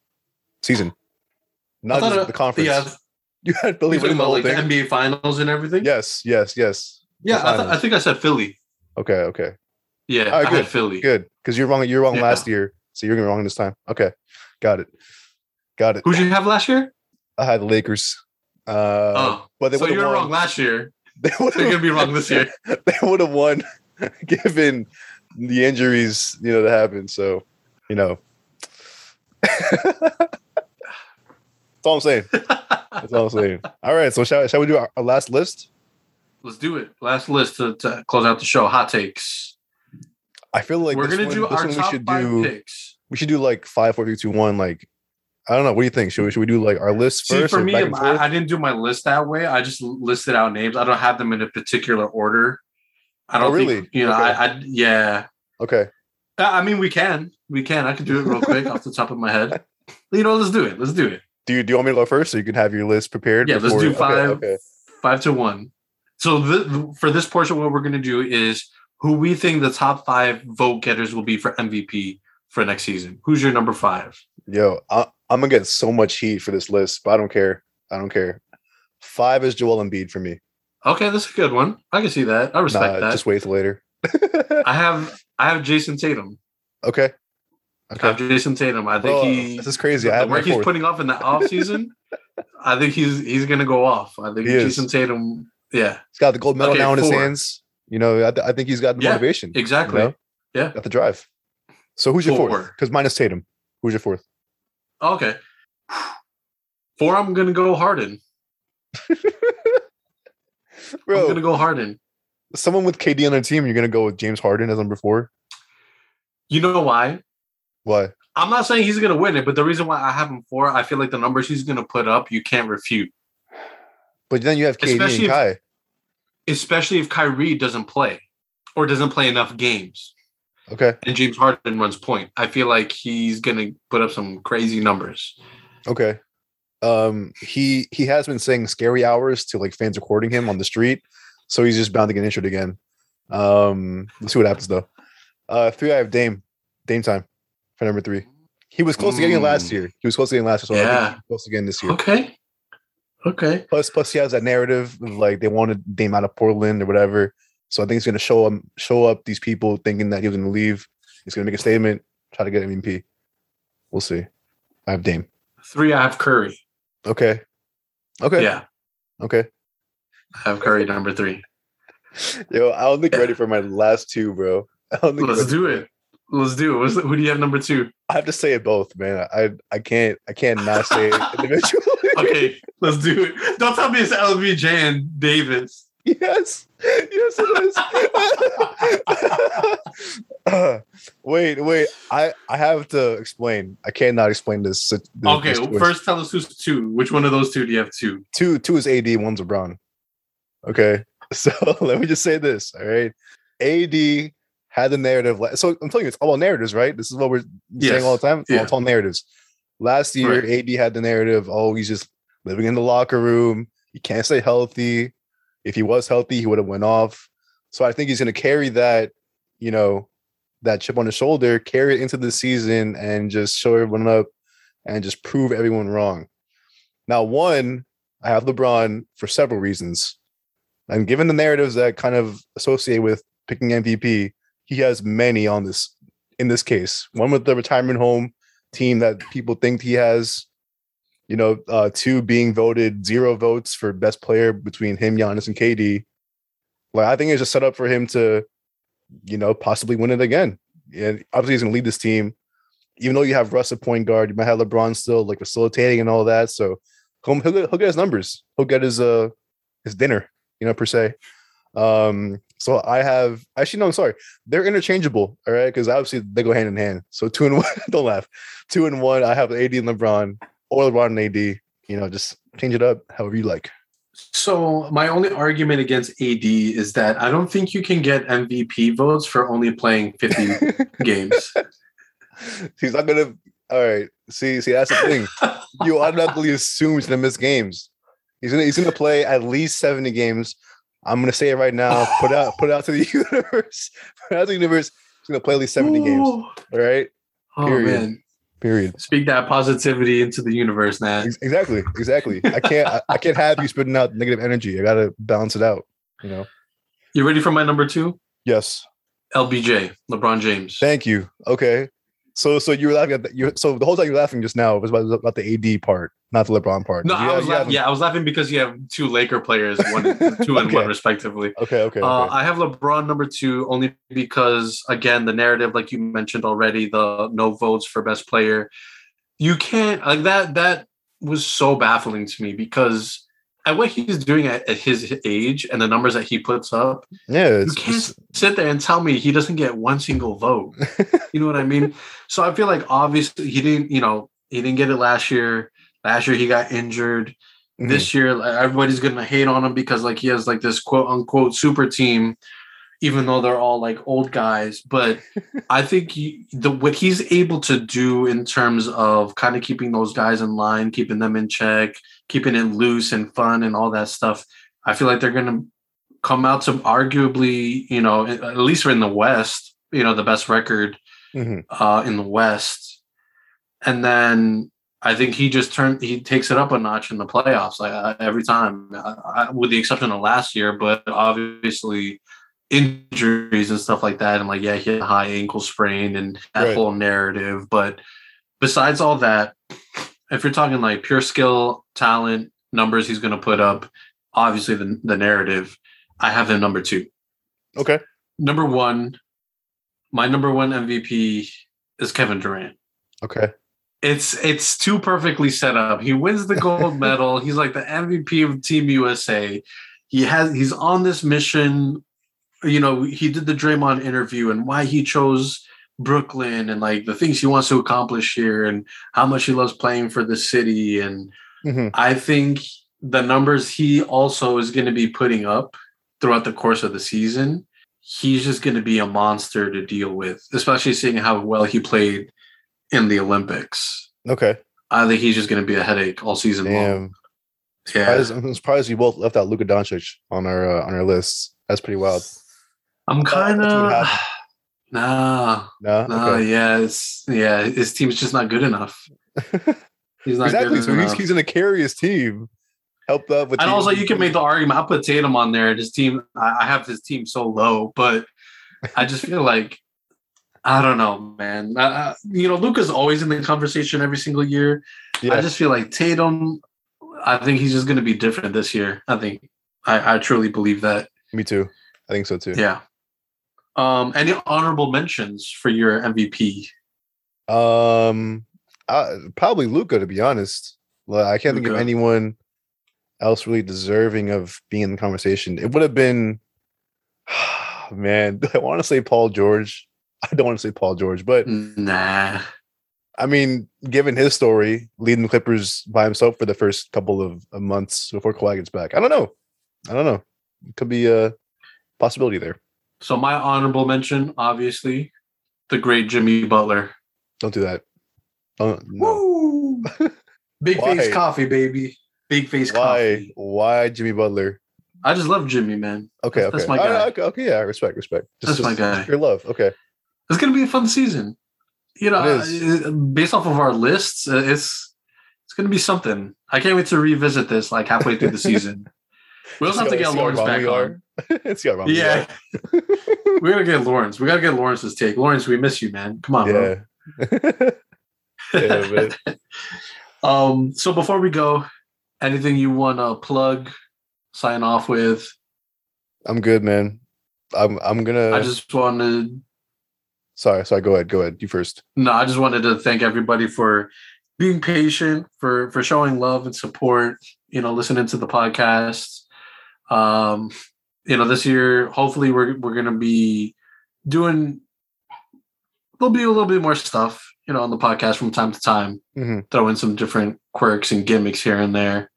Speaker 2: season,
Speaker 1: I
Speaker 2: not
Speaker 1: thought
Speaker 2: just
Speaker 1: it-
Speaker 2: the conference.
Speaker 1: Yeah,
Speaker 2: [LAUGHS] You had Philly
Speaker 1: you talking
Speaker 2: winning the
Speaker 1: about
Speaker 2: whole
Speaker 1: like the
Speaker 2: thing.
Speaker 1: NBA Finals and everything.
Speaker 2: yes, yes, yes.
Speaker 1: yeah. I, th-
Speaker 2: finals.
Speaker 1: I think I said Philly.
Speaker 2: Okay, okay,
Speaker 1: Yeah,
Speaker 2: All right,
Speaker 1: I
Speaker 2: good,
Speaker 1: had Philly.
Speaker 2: good. Because you're wrong. You're wrong
Speaker 1: Yeah.
Speaker 2: last year, so you're gonna be wrong this time. Okay, got it, got it.
Speaker 1: Who'd you have last year?
Speaker 2: I had the Lakers. Uh,
Speaker 1: oh,
Speaker 2: but they
Speaker 1: so
Speaker 2: would
Speaker 1: you
Speaker 2: have
Speaker 1: were
Speaker 2: won.
Speaker 1: wrong last year.
Speaker 2: [LAUGHS] They would
Speaker 1: They're gonna be wrong
Speaker 2: [LAUGHS]
Speaker 1: this year.
Speaker 2: they would have won [LAUGHS] given the injuries you know that happened so you know [LAUGHS] that's all i'm saying that's all
Speaker 1: [LAUGHS]
Speaker 2: i'm saying all right so shall, shall we do our, our last list
Speaker 1: Let's do it. Last list to, to close out the show. Hot takes.
Speaker 2: i feel like
Speaker 1: We're
Speaker 2: this
Speaker 1: gonna
Speaker 2: one-
Speaker 1: do
Speaker 2: this
Speaker 1: our
Speaker 2: one
Speaker 1: top
Speaker 2: we should
Speaker 1: five
Speaker 2: do
Speaker 1: picks.
Speaker 2: we should do like five four three two one like i don't know what do you think should we should we do like our list
Speaker 1: See,
Speaker 2: first
Speaker 1: for
Speaker 2: or
Speaker 1: me,
Speaker 2: back and forth?
Speaker 1: I, I didn't do my list that way. I just l- listed out names. I don't have them in a particular order. I
Speaker 2: Oh,
Speaker 1: don't
Speaker 2: really?
Speaker 1: think you know.
Speaker 2: Okay.
Speaker 1: I, I yeah.
Speaker 2: okay
Speaker 1: I I mean, we can, we can. I can do it real quick off the top of my
Speaker 2: [LAUGHS]
Speaker 1: head. You know, let's do it. Let's do it.
Speaker 2: do you do you want me to go first so you can have your list prepared
Speaker 1: Yeah, let's
Speaker 2: before-
Speaker 1: do
Speaker 2: okay,
Speaker 1: five,
Speaker 2: okay
Speaker 1: five to one. So the, for this portion, what we're gonna do is who we think the top five vote getters will be for MVP for next season. Who's your number five?
Speaker 2: Yo, I, I'm gonna get so much heat for this list, but I don't care. I don't care. Five is Joel Embiid for me.
Speaker 1: Okay, that's a good one. I can see that. I respect
Speaker 2: Nah,
Speaker 1: that.
Speaker 2: just wait till later. [LAUGHS]
Speaker 1: I have, I have Jason Tatum.
Speaker 2: okay.
Speaker 1: I
Speaker 2: Okay.
Speaker 1: have Jason Tatum. I think
Speaker 2: Bro,
Speaker 1: he
Speaker 2: this is crazy. I
Speaker 1: the
Speaker 2: have my
Speaker 1: work he's
Speaker 2: fourth.
Speaker 1: putting off in the offseason,
Speaker 2: [LAUGHS]
Speaker 1: I think he's he's gonna go off. I think
Speaker 2: He is.
Speaker 1: Jason Tatum, yeah,
Speaker 2: he's got the gold medal
Speaker 1: Okay,
Speaker 2: now in his
Speaker 1: four.
Speaker 2: hands. You know, I, th- I think he's got the
Speaker 1: Yeah,
Speaker 2: motivation.
Speaker 1: exactly.
Speaker 2: You know?
Speaker 1: Yeah.
Speaker 2: Got the drive. So who's your fourth?
Speaker 1: Four.
Speaker 2: Because minus Tatum. Who's your fourth?
Speaker 1: Okay. Four, I'm gonna go Harden. I'm
Speaker 2: Bro,
Speaker 1: gonna go Harden.
Speaker 2: someone with KD on their team, you're gonna go with James Harden as number four.
Speaker 1: You know why?
Speaker 2: Why?
Speaker 1: I'm not saying he's gonna win it, but the reason why I have him four, I feel like the numbers he's gonna put up, you can't refute.
Speaker 2: But then you have KD
Speaker 1: Especially
Speaker 2: and
Speaker 1: if-
Speaker 2: Kai.
Speaker 1: Especially if Kyrie doesn't play or doesn't play enough games.
Speaker 2: Okay.
Speaker 1: and James Harden runs point. I feel like he's gonna put up some crazy numbers.
Speaker 2: Okay. Um, he he has been saying scary hours to like fans recording him on the street, so he's just bound to get injured again. Um, let's see what happens though. Uh, three I have Dame, Dame time for number three. He was close to getting it last
Speaker 1: Mm.
Speaker 2: year. He was close to getting it last year, so I think
Speaker 1: Yeah.
Speaker 2: he's close again this year.
Speaker 1: Okay. Okay.
Speaker 2: Plus, plus he has that narrative of like they wanted Dame out of Portland or whatever. So I think he's gonna show him show up these people thinking that he was gonna leave. He's gonna make a statement, try to get MVP. We'll see. I have Dame.
Speaker 1: Three, I have Curry.
Speaker 2: Okay. Okay.
Speaker 1: Yeah,
Speaker 2: Okay.
Speaker 1: I have Curry number three.
Speaker 2: Yo, I don't think ready for
Speaker 1: [LAUGHS]
Speaker 2: my last two, bro. I don't think
Speaker 1: Let's
Speaker 2: ready
Speaker 1: do
Speaker 2: for
Speaker 1: it. Let's do it. What's the- who do you have number two?
Speaker 2: I have to say it both, man. I I can't I can't not say it
Speaker 1: [LAUGHS]
Speaker 2: individually.
Speaker 1: Okay, [LAUGHS] let's do it. Don't tell me it's LBJ and Davis.
Speaker 2: Yes. Yes, it is. [LAUGHS] Uh, wait, wait. I I have to explain. I cannot explain this. sit- this-
Speaker 1: Okay,
Speaker 2: this choice.
Speaker 1: first tell us who's two. Which one of those two do you have two?
Speaker 2: two two is AD, one's LeBron. Okay, [LAUGHS] so let me just say this. All right, AD had the narrative. la- So I'm telling you, it's all about narratives, right? This is what we're
Speaker 1: Yes,
Speaker 2: saying all the time.
Speaker 1: yeah.
Speaker 2: All, it's all narratives. Last year,
Speaker 1: Right.
Speaker 2: AD had the narrative. Oh, he's just living in the locker room. He can't stay healthy. If he was healthy, he would have went off. So I think he's going to carry that, you know, that chip on his shoulder, carry it into the season, and just show everyone up, and just prove everyone wrong. Now, one, I have LeBron for several reasons. And given the narratives that kind of associate with picking MVP, he has many on this in this case. One with the retirement home team that people think he has, you know, uh, two being voted zero votes for best player between him, Giannis, and KD. Like I think it's just set up for him to, you know, possibly win it again. And obviously he's gonna lead this team. Even though you have Russ at point guard, you might have LeBron still like facilitating and all that. So he'll, he'll, get- he'll get his numbers. He'll get his uh his dinner, you know, per se. Um, so I have actually no, I'm sorry, they're interchangeable, all right, because obviously they go hand in hand. So two and [LAUGHS] one, don't laugh. Two and one, I have AD and LeBron, or LeBron and AD. You know, just change it up however you like. [LAUGHS]
Speaker 1: So my only argument against AD is that I don't think you can get MVP votes for only playing
Speaker 2: [LAUGHS]
Speaker 1: 50 games.
Speaker 2: He's not gonna. All right, see, see, that's the thing. You automatically assume he's gonna miss games. He's gonna he's gonna play at least seventy games. I'm gonna say it right now. Put out put out to the [LAUGHS] universe. Put out to the universe. He's gonna play at least seventy games. All right.
Speaker 1: Oh
Speaker 2: Period.
Speaker 1: man,
Speaker 2: Period.
Speaker 1: speak that positivity into the universe, Nat.
Speaker 2: Ex- Exactly. Exactly. I can't. I, I can't have you spitting out negative energy. I gotta balance it out. You know.
Speaker 1: You ready for my number two?
Speaker 2: Yes.
Speaker 1: LBJ, LeBron James.
Speaker 2: Thank you. Okay. So so you were laughing at the, you. So the whole time you were laughing just now was about, about the AD part, not the LeBron part.
Speaker 1: No,
Speaker 2: You
Speaker 1: I was
Speaker 2: have- you
Speaker 1: laughing.
Speaker 2: haven't-
Speaker 1: Yeah, I was laughing because you have two Laker players, [LAUGHS] one, two, and
Speaker 2: Okay.
Speaker 1: one respectively.
Speaker 2: Okay. Okay.
Speaker 1: Uh,
Speaker 2: okay.
Speaker 1: I have LeBron number two only because, again, the narrative, like you mentioned already, the no votes for best player. You can't like that. That was so baffling to me because at what he's doing at, at his age and the numbers that he puts up,
Speaker 2: yeah. It's,
Speaker 1: you can't sit there and tell me he doesn't get one single
Speaker 2: [LAUGHS]
Speaker 1: vote. you know what I mean? So I feel like obviously he didn't. You know, he didn't get it last year. Last year he got injured.
Speaker 2: Mhm.
Speaker 1: This year like, everybody's gonna hate on him because like he has like this quote unquote super team, even though they're all like old guys. But I think he, the what he's able to do in terms of kind of keeping those guys in line, keeping them in check, keeping it loose and fun and all that stuff. I feel like they're gonna come out to arguably, you know, at at least in the West, you know, the best record
Speaker 2: Mhm.
Speaker 1: uh, in the West, and then I think he just turned he takes it up a notch in the playoffs like uh, every time, uh, uh, with the exception of last year. But obviously, injuries and stuff like that, and like yeah, he had a high ankle sprain and that
Speaker 2: Right.
Speaker 1: whole narrative. But besides all that, if you're talking like pure skill, talent, numbers, he's going to put up. Obviously, the the narrative. I have him number two
Speaker 2: Okay.
Speaker 1: number one, my number one MVP is Kevin Durant.
Speaker 2: Okay.
Speaker 1: It's it's too perfectly set up. He wins the gold medal. He's like the MVP of Team USA. He has he's on this mission. You know, he did the Draymond interview and why he chose Brooklyn and like the things he wants to accomplish here and how much he loves playing for the city and
Speaker 2: Mhm.
Speaker 1: I think the numbers he also is going to be putting up throughout the course of the season, he's just going to be a monster to deal with, especially seeing how well he played in the Olympics.
Speaker 2: Okay.
Speaker 1: I think he's just going to be a headache all season long.
Speaker 2: Damn.
Speaker 1: Yeah,
Speaker 2: Surprised- I'm surprised we both left out Luka Doncic on our uh, on our list. That's pretty wild.
Speaker 1: I'm
Speaker 2: That's
Speaker 1: kind
Speaker 2: what
Speaker 1: of
Speaker 2: happened.
Speaker 1: [SIGHS] nah,
Speaker 2: No.
Speaker 1: nah.
Speaker 2: Okay.
Speaker 1: Yeah, it's yeah. His team's just not good
Speaker 2: [LAUGHS]
Speaker 1: enough. He's not
Speaker 2: exactly.
Speaker 1: good
Speaker 2: So he's,
Speaker 1: enough.
Speaker 2: he's going to carry his team. Help up with.
Speaker 1: and
Speaker 2: the-
Speaker 1: also, you can make the argument. I put Tatum on there, and his team. I, I have his team so low,
Speaker 2: [LAUGHS]
Speaker 1: but I just feel like I don't know, man. I, I- you know, Luca's always in the conversation every single year.
Speaker 2: Yeah.
Speaker 1: I just feel like Tatum. I think he's just going to be different this year. I think I, I truly believe that.
Speaker 2: Me too. I think so too.
Speaker 1: Yeah. Um, any honorable mentions for your MVP?
Speaker 2: Um, I, probably Luca. To be honest, like, I can't think of
Speaker 1: Luka.
Speaker 2: anyone else really deserving of being in the conversation. It would have been, [SIGHS] man. [LAUGHS] I want to say Paul George. I don't want to say Paul George, but
Speaker 1: Hmm. Nah.
Speaker 2: I mean, given his story, leading the Clippers by himself for the first couple of, of months before Kawhi gets back, I don't know. I don't know. It could be a possibility there.
Speaker 1: So my honorable mention, obviously, the great Jimmy Butler.
Speaker 2: Don't do that. Don't, no.
Speaker 1: Woo! [LAUGHS] Big
Speaker 2: Why?
Speaker 1: face coffee, baby. Big face
Speaker 2: Why?
Speaker 1: coffee.
Speaker 2: Why Jimmy Butler?
Speaker 1: I just love Jimmy, man.
Speaker 2: Okay,
Speaker 1: That's-
Speaker 2: okay.
Speaker 1: that's my
Speaker 2: All right,
Speaker 1: guy.
Speaker 2: okay, okay, yeah, respect, respect.
Speaker 1: That's my guy.
Speaker 2: Your love. Okay.
Speaker 1: It's gonna be a fun season. You know,
Speaker 2: It is.
Speaker 1: uh, based off of our lists, uh, it's it's gonna be something. I can't wait to revisit this like halfway
Speaker 2: [LAUGHS]
Speaker 1: through the season. We also have to
Speaker 2: See
Speaker 1: get
Speaker 2: how- see how
Speaker 1: Lawrence
Speaker 2: wrong
Speaker 1: back
Speaker 2: we
Speaker 1: on.
Speaker 2: [LAUGHS] are. See how wrong we
Speaker 1: Yeah. we gotta get Lawrence. We gotta get Lawrence's take. Lawrence, we miss you, man. Come on,
Speaker 2: are.
Speaker 1: [LAUGHS] bro.
Speaker 2: Yeah.
Speaker 1: Uh-huh.
Speaker 2: yeah, [LAUGHS] but
Speaker 1: Um, so before we go, anything you wanna plug, sign off with?
Speaker 2: I'm good, man. I'm I'm gonna
Speaker 1: I just wanna
Speaker 2: sorry, sorry, go ahead, go ahead. You first.
Speaker 1: no, I just wanted to thank everybody for being patient, for for showing love and support, you know, listening to the podcast. Um, you know, this year, hopefully we're we're gonna be doing there'll be a little bit more stuff, you know, on the podcast from time to time.
Speaker 2: Mhm.
Speaker 1: throw in some different quirks and gimmicks here and there.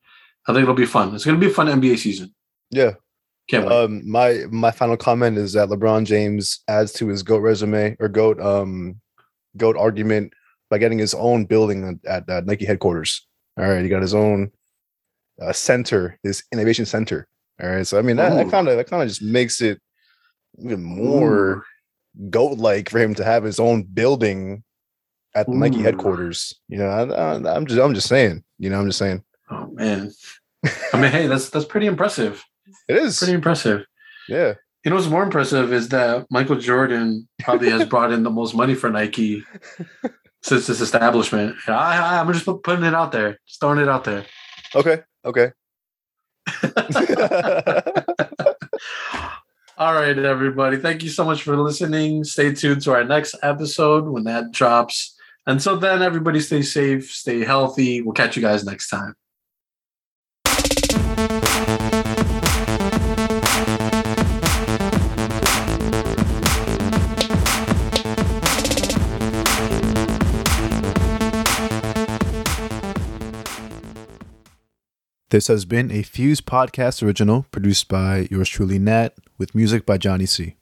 Speaker 1: I think it'll be fun. It's going to be a fun NBA season.
Speaker 2: Yeah.
Speaker 1: Can't wait.
Speaker 2: Um my my final comment is that LeBron James adds to his GOAT resume or GOAT um GOAT argument by getting his own building at, at uh, Nike headquarters. All right, he got his own uh, center, his innovation center. All right, so I mean that
Speaker 1: Ooh.
Speaker 2: kind of that kind of just makes it even more goat like for him to have his own building at the Nike
Speaker 1: Ooh.
Speaker 2: headquarters. You know, I, I, I'm just I'm just saying. You know, I'm just saying
Speaker 1: Ooh. oh man. I mean, hey, that's that's pretty impressive.
Speaker 2: it is.
Speaker 1: Pretty impressive.
Speaker 2: yeah,
Speaker 1: You know what's more impressive is that Michael Jordan probably has brought in the most money for Nike since this establishment. I, I, I'm just putting it out there, just throwing it out there.
Speaker 2: okay,
Speaker 1: [LAUGHS]
Speaker 2: okay. [LAUGHS]
Speaker 1: All right, everybody. Thank you so much for listening. Stay tuned to our next episode when that drops. Until then, everybody stay safe, stay healthy. We'll catch you guys next time.
Speaker 2: This has been a Fuse Podcast original produced by yours truly, Nat, with music by Johnny C.